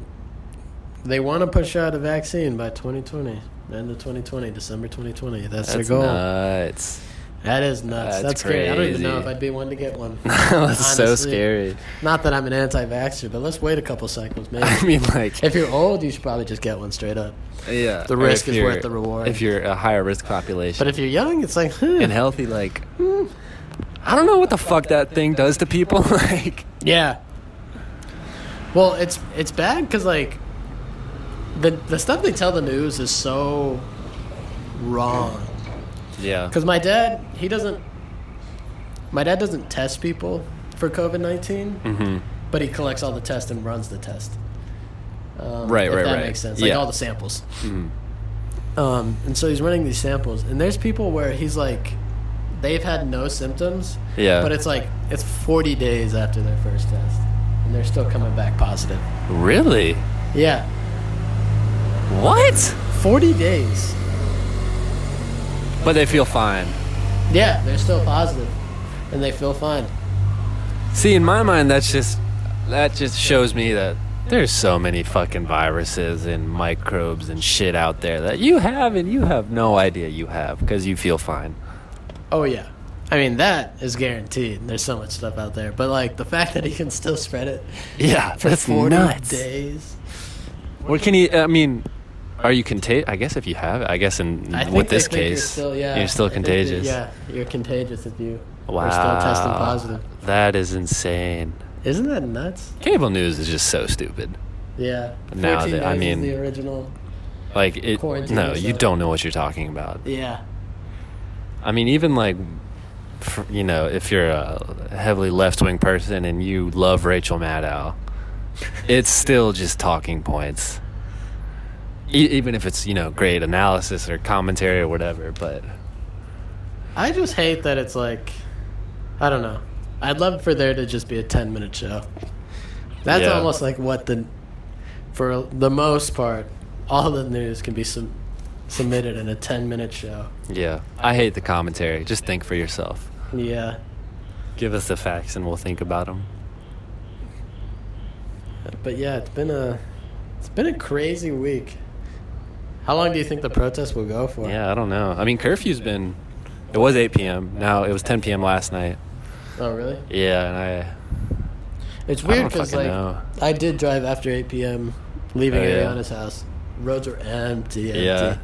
Speaker 3: they want to push out a vaccine by 2020. End of 2020, December 2020. That's, their
Speaker 2: that's
Speaker 3: goal.
Speaker 2: nuts.
Speaker 3: That is nuts.
Speaker 2: That's
Speaker 3: That's, great. I don't even know if
Speaker 2: crazy.
Speaker 3: I'd be one to get one.
Speaker 2: that's so
Speaker 3: Honestly.
Speaker 2: scary.
Speaker 3: Not that I'm an anti-vaxxer, but let's wait a couple cycles, maybe.
Speaker 2: I mean, like,
Speaker 3: if you're old, you should probably just get one straight up.
Speaker 2: yeah,
Speaker 3: the
Speaker 2: or
Speaker 3: risk
Speaker 2: if
Speaker 3: is worth
Speaker 2: you're-
Speaker 3: the reward.
Speaker 2: If you're a higher risk population,
Speaker 3: But if you're young, it's like, huh.
Speaker 2: and healthy like hmm, i don't know what the fuck that thing does to people like
Speaker 3: yeah. Well, it's it's bad because like the the stuff they tell the news is so wrong.
Speaker 2: yeah
Speaker 3: Because my dad, he doesn't. My dad doesn't test people for COVID 19
Speaker 2: Mm-hmm.
Speaker 3: but he collects all the tests and runs the test. Um,
Speaker 2: Right,
Speaker 3: if
Speaker 2: right,
Speaker 3: that
Speaker 2: right.
Speaker 3: makes sense. Like
Speaker 2: Yeah. Mm-hmm.
Speaker 3: all the samples. Um, and so he's running these samples, and there's people where he's like, they've had no symptoms,
Speaker 2: Yeah.
Speaker 3: but it's like it's 40 days after their first test, and they're still coming back positive.
Speaker 2: really
Speaker 3: Yeah,
Speaker 2: what
Speaker 3: 40 days.
Speaker 2: but they feel fine
Speaker 3: Yeah, they're still positive, and they feel fine.
Speaker 2: see in my mind that's just that just shows me that there's so many fucking viruses and microbes and shit out there that you have and you have no idea you have because you feel fine
Speaker 3: Oh yeah. I mean that is guaranteed. There's so much stuff out there, but like the fact that he can still spread it
Speaker 2: yeah
Speaker 3: for
Speaker 2: that's
Speaker 3: 40
Speaker 2: nuts
Speaker 3: days.
Speaker 2: what can you i mean are you contagious? I guess if you have it, I guess in
Speaker 3: I think
Speaker 2: with
Speaker 3: they
Speaker 2: this
Speaker 3: think you're
Speaker 2: case,
Speaker 3: still, yeah,
Speaker 2: you're still
Speaker 3: I think they-
Speaker 2: contagious.
Speaker 3: Yeah, you're contagious if you
Speaker 2: Wow.
Speaker 3: are still testing positive.
Speaker 2: That is insane.
Speaker 3: Isn't that nuts?
Speaker 2: Cable news is just so stupid.
Speaker 3: Yeah.
Speaker 2: Now
Speaker 3: 14
Speaker 2: that- I
Speaker 3: days is
Speaker 2: mean-
Speaker 3: the original.
Speaker 2: Like it
Speaker 3: Quarantine
Speaker 2: no,
Speaker 3: is
Speaker 2: you
Speaker 3: so-
Speaker 2: don't know what you're talking about.
Speaker 3: Yeah.
Speaker 2: I mean even like fr you know, if you're a heavily left-wing person and you love Rachel Maddow, it's still just talking points. E- even if it's, you know, great analysis or commentary or whatever, but
Speaker 3: I just hate that it's like, I don't know. I'd love for there to just be a 10 minute show. That's
Speaker 2: Yeah.
Speaker 3: almost like what the, for the most part, all the news can be sub- submitted in a 10 minute show.
Speaker 2: yeah, I hate the commentary. Just think for yourself.
Speaker 3: Yeah.
Speaker 2: Give us the facts and we'll think about them.
Speaker 3: But yeah, it's been a, it's been a crazy week. How long do you think the protest will go for?
Speaker 2: Yeah, I don't know. I mean, curfew's been. It was 8 p.m. Now it was 10 p.m. last night.
Speaker 3: Oh, really?
Speaker 2: Yeah, and I.
Speaker 3: It's
Speaker 2: I
Speaker 3: weird
Speaker 2: don't
Speaker 3: because
Speaker 2: fucking
Speaker 3: like
Speaker 2: know.
Speaker 3: I did drive after 8 p.m. leaving
Speaker 2: Oh, yeah.
Speaker 3: Ariana's house. Roads were empty, empty.
Speaker 2: Yeah.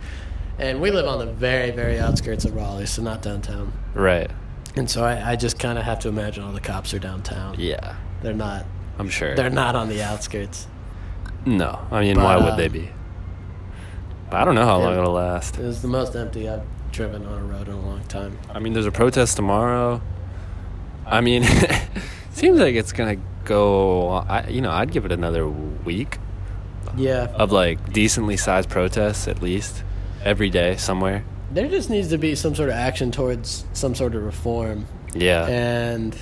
Speaker 3: And we live on the very, very outskirts of Raleigh, so not downtown.
Speaker 2: Right.
Speaker 3: And so I, I just kind of have to imagine all the cops are downtown.
Speaker 2: Yeah,
Speaker 3: They're not.
Speaker 2: I'm sure.
Speaker 3: They're not on the outskirts.
Speaker 2: no, I mean,
Speaker 3: But,
Speaker 2: why
Speaker 3: uh,
Speaker 2: would they be? But I don't know how long
Speaker 3: Yeah.
Speaker 2: it'll last.
Speaker 3: It was the most empty I've driven on a road in a long time.
Speaker 2: I mean, there's a protest tomorrow. I mean, seems like it's gonna go. I, you know, I'd give it another week
Speaker 3: Yeah.
Speaker 2: of like decently sized protests at least every day somewhere.
Speaker 3: There just needs to be some sort of action towards some sort of reform.
Speaker 2: Yeah.
Speaker 3: And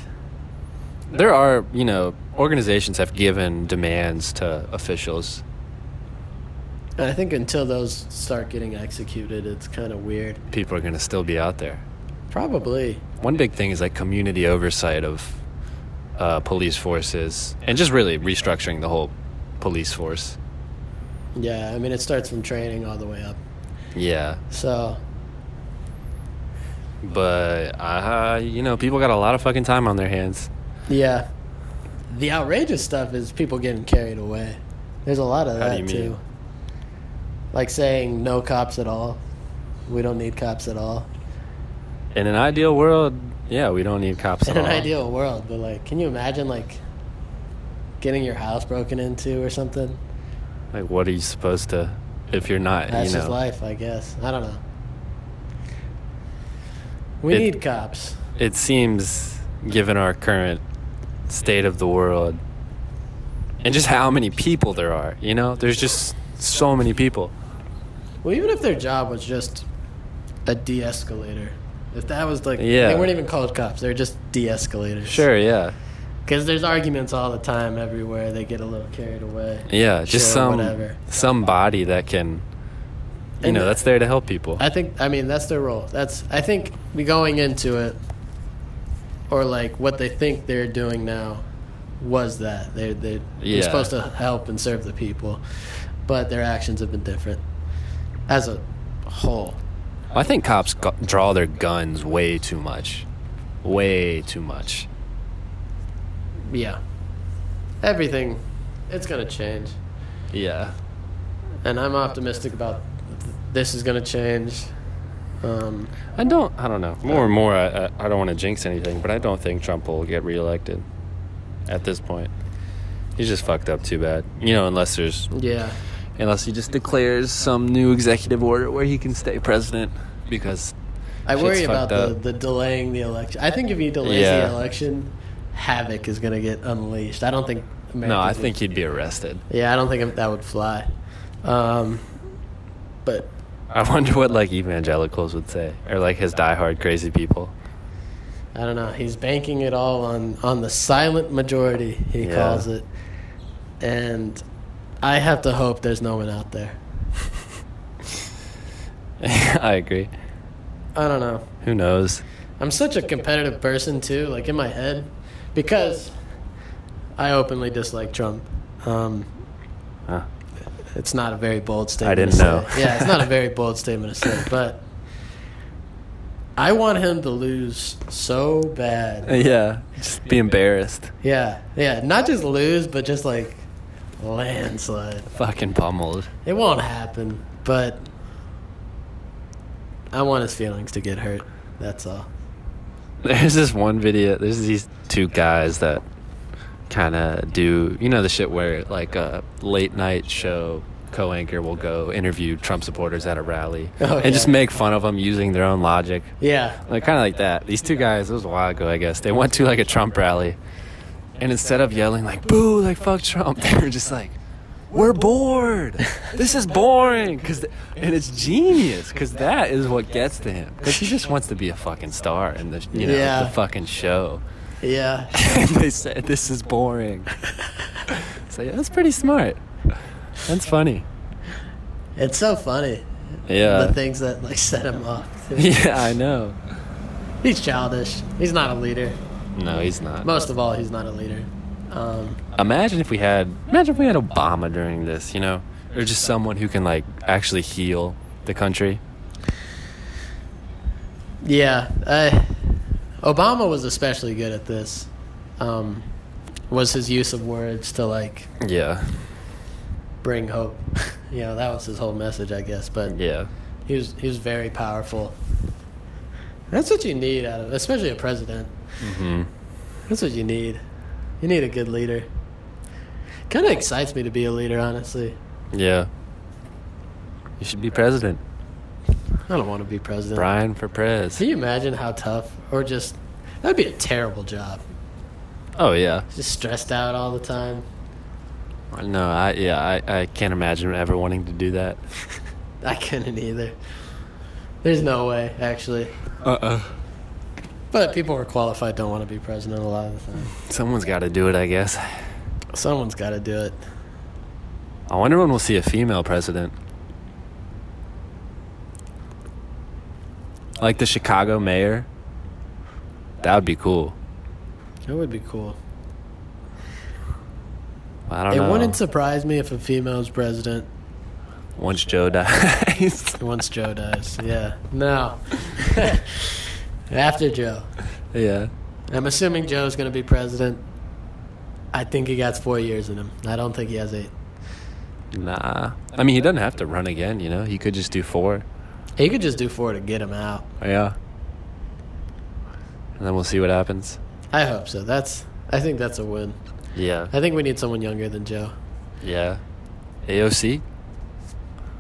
Speaker 2: There are, you know, organizations have given demands to officials.
Speaker 3: I think until those start getting executed, it's kind of weird.
Speaker 2: People are going to still be out there.
Speaker 3: Probably.
Speaker 2: One big thing is like community oversight of uh, police forces and just really restructuring the whole police force.
Speaker 3: Yeah, I mean, it starts from training all the way up.
Speaker 2: Yeah.
Speaker 3: So,
Speaker 2: But, uh, you know, people got a lot of fucking time on their hands.
Speaker 3: yeah. The outrageous stuff is people getting carried away. There's a lot of
Speaker 2: How do
Speaker 3: that,
Speaker 2: you mean?
Speaker 3: too. Like saying no cops at all. We don't need cops at all.
Speaker 2: In an ideal world, yeah, we don't need cops
Speaker 3: In
Speaker 2: at
Speaker 3: an
Speaker 2: all.
Speaker 3: ideal world, but like, can you imagine, like, getting your house broken into or something.
Speaker 2: Uh, Like, what are you supposed to, if you're not,
Speaker 3: That's
Speaker 2: you know?
Speaker 3: just life, I guess. I don't know. We
Speaker 2: It-
Speaker 3: need cops.
Speaker 2: It seems, given our current state of the world and just how many people there are, you know, there's just so many people.
Speaker 3: Well, even if their job was just a de-escalator, if that was like
Speaker 2: Yeah.
Speaker 3: they weren't even called cops, they're just de-escalators.
Speaker 2: Sure, yeah.
Speaker 3: because there's arguments all the time everywhere. They get a little carried away.
Speaker 2: Yeah, just
Speaker 3: Sure,
Speaker 2: some
Speaker 3: whatever.
Speaker 2: somebody that can, you
Speaker 3: And
Speaker 2: know,
Speaker 3: the-
Speaker 2: that's there to help people.
Speaker 3: I think I mean that's their role. That's I think going into it, or like what they think they're doing now, was that they they
Speaker 2: Yeah.
Speaker 3: are supposed to help and serve the people, but their actions have been different as a whole.
Speaker 2: I think cops go- draw their guns way too much, way too much.
Speaker 3: Yeah, everything, it's gonna change,
Speaker 2: Yeah,
Speaker 3: and I'm optimistic about this is gonna change. Um,
Speaker 2: I don't. I don't know. More and more, I, I, I don't want to jinx anything, but I don't think Trump will get reelected. At this point, he's just fucked up too bad. You know, unless there's
Speaker 3: yeah,
Speaker 2: unless he just declares some new executive order where he can stay president, because
Speaker 3: I
Speaker 2: Shit's
Speaker 3: worry
Speaker 2: fucked
Speaker 3: about the,
Speaker 2: up.
Speaker 3: the delaying the election. I think if he delays
Speaker 2: Yeah.
Speaker 3: the election, havoc is going to get unleashed. I don't think.
Speaker 2: no, I
Speaker 3: Americans
Speaker 2: think he'd be arrested.
Speaker 3: would- yeah, I don't think that would fly. Um, but
Speaker 2: I wonder what like evangelicals would say, or like his diehard crazy people.
Speaker 3: I don't know. He's banking it all on on the silent majority. He
Speaker 2: Yeah.
Speaker 3: calls it, and I have to hope there's no one out there.
Speaker 2: I agree.
Speaker 3: I don't know.
Speaker 2: Who knows?
Speaker 3: I'm such a competitive person too, like in my head, because I openly dislike Trump. Um,
Speaker 2: Huh.
Speaker 3: It's not a very bold statement.
Speaker 2: didn't
Speaker 3: to say.
Speaker 2: know.
Speaker 3: yeah, it's not a very bold statement to say, but I want him to lose so bad.
Speaker 2: Yeah, just be embarrassed.
Speaker 3: Yeah, yeah, not just lose, but just like landslide.
Speaker 2: Fucking pummeled.
Speaker 3: It won't happen, but I want his feelings to get hurt. That's all.
Speaker 2: There's this one video. There's these two guys that kind of do you know the shit where like a late night show co-anchor will go interview Trump supporters at a rally
Speaker 3: Oh,
Speaker 2: and
Speaker 3: yeah.
Speaker 2: just make fun of them using their own logic.
Speaker 3: Yeah,
Speaker 2: like kind of like that. These two guys, it was a while ago, I guess. They went to like a Trump rally, and instead of yelling like "boo," like "fuck Trump," they were just like, "We're bored. This is boring." Cause, th- and it's genius because that is what gets to him. Because he just wants to be a fucking star in the you know
Speaker 3: Yeah.
Speaker 2: the fucking show.
Speaker 3: yeah.
Speaker 2: and they said, "This is boring." so yeah, that's pretty smart. That's funny.
Speaker 3: It's so funny.
Speaker 2: Yeah.
Speaker 3: The things that like set him off. too.
Speaker 2: Yeah, I know.
Speaker 3: He's childish. He's not a leader.
Speaker 2: No, he's not.
Speaker 3: Most of all, he's not a leader. Um,
Speaker 2: imagine if we had imagine if we had obama during this you know or just someone who can like actually heal the country
Speaker 3: Yeah, I, Obama was especially good at this. Um, was his use of words to like
Speaker 2: yeah
Speaker 3: bring hope? you know, that was his whole message, I guess. But
Speaker 2: yeah
Speaker 3: he was he was very powerful. That's what you need out of, especially a president.
Speaker 2: hmm
Speaker 3: That's what you need. You need a good leader. Kind of excites me to be a leader, honestly.
Speaker 2: yeah you should be president
Speaker 3: I don't want to be president.
Speaker 2: brian for prez
Speaker 3: Can you imagine how tough, or just that'd be a terrible job.
Speaker 2: oh yeah
Speaker 3: Just stressed out all the time.
Speaker 2: no i yeah i, I can't imagine ever wanting to do that
Speaker 3: I couldn't either. There's no way, actually.
Speaker 2: uh-uh
Speaker 3: But people who are qualified don't want to be president a lot of the time.
Speaker 2: someone's got to do it i guess
Speaker 3: Someone's got to do it.
Speaker 2: i wonder when we'll see a female president like the chicago mayor that would be cool
Speaker 3: That would be cool.
Speaker 2: i don't
Speaker 3: It
Speaker 2: know
Speaker 3: wouldn't surprise me if a female's president
Speaker 2: once Joe dies.
Speaker 3: once Joe dies. Yeah. No. After Joe.
Speaker 2: yeah.
Speaker 3: I'm assuming Joe's going to be president. I think he got four years in him. I don't think he has eight.
Speaker 2: Nah. I mean, he doesn't have to run again, you know? He could just do four.
Speaker 3: He could just do four to get him out.
Speaker 2: Yeah. And then we'll see what happens.
Speaker 3: I hope so. That's. I think that's a win.
Speaker 2: Yeah.
Speaker 3: I think we need someone younger than Joe.
Speaker 2: Yeah. AOC?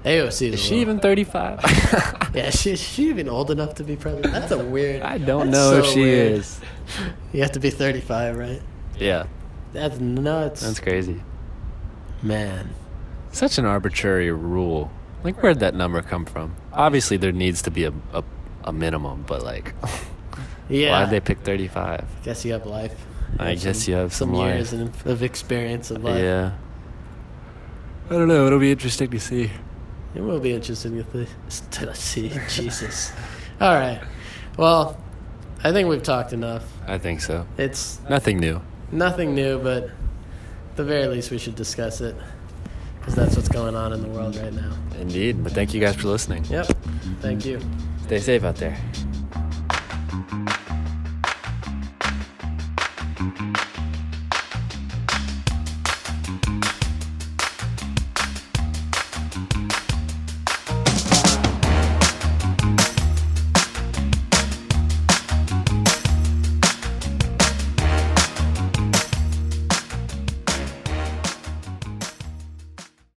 Speaker 3: AOC is,
Speaker 2: Is
Speaker 3: a
Speaker 2: she
Speaker 3: little-
Speaker 2: even 35?
Speaker 3: Yeah, she she even old enough to be president. That's a weird.
Speaker 2: I don't
Speaker 3: that's
Speaker 2: know if
Speaker 3: so
Speaker 2: she
Speaker 3: weird.
Speaker 2: is.
Speaker 3: You have to be 35, right?
Speaker 2: Yeah.
Speaker 3: That's nuts.
Speaker 2: That's crazy.
Speaker 3: man.
Speaker 2: Such an arbitrary rule. Like, where'd that number come from? Obviously, there needs to be a, a, a minimum, but like,
Speaker 3: Yeah.
Speaker 2: why'd they pick 35?
Speaker 3: Guess you have life.
Speaker 2: I guess you have some life.
Speaker 3: years and- of experience of life.
Speaker 2: Yeah. I don't know. It'll be interesting to see.
Speaker 3: It will be interesting if they to see. Jesus. All right. Well, I think we've talked enough.
Speaker 2: I think so.
Speaker 3: It's
Speaker 2: Nothing new.
Speaker 3: nothing new, but at the very least, we should discuss it because that's what's going on in the world right now.
Speaker 2: Indeed. But thank you guys for listening.
Speaker 3: Yep. Thank you.
Speaker 2: Stay safe out there.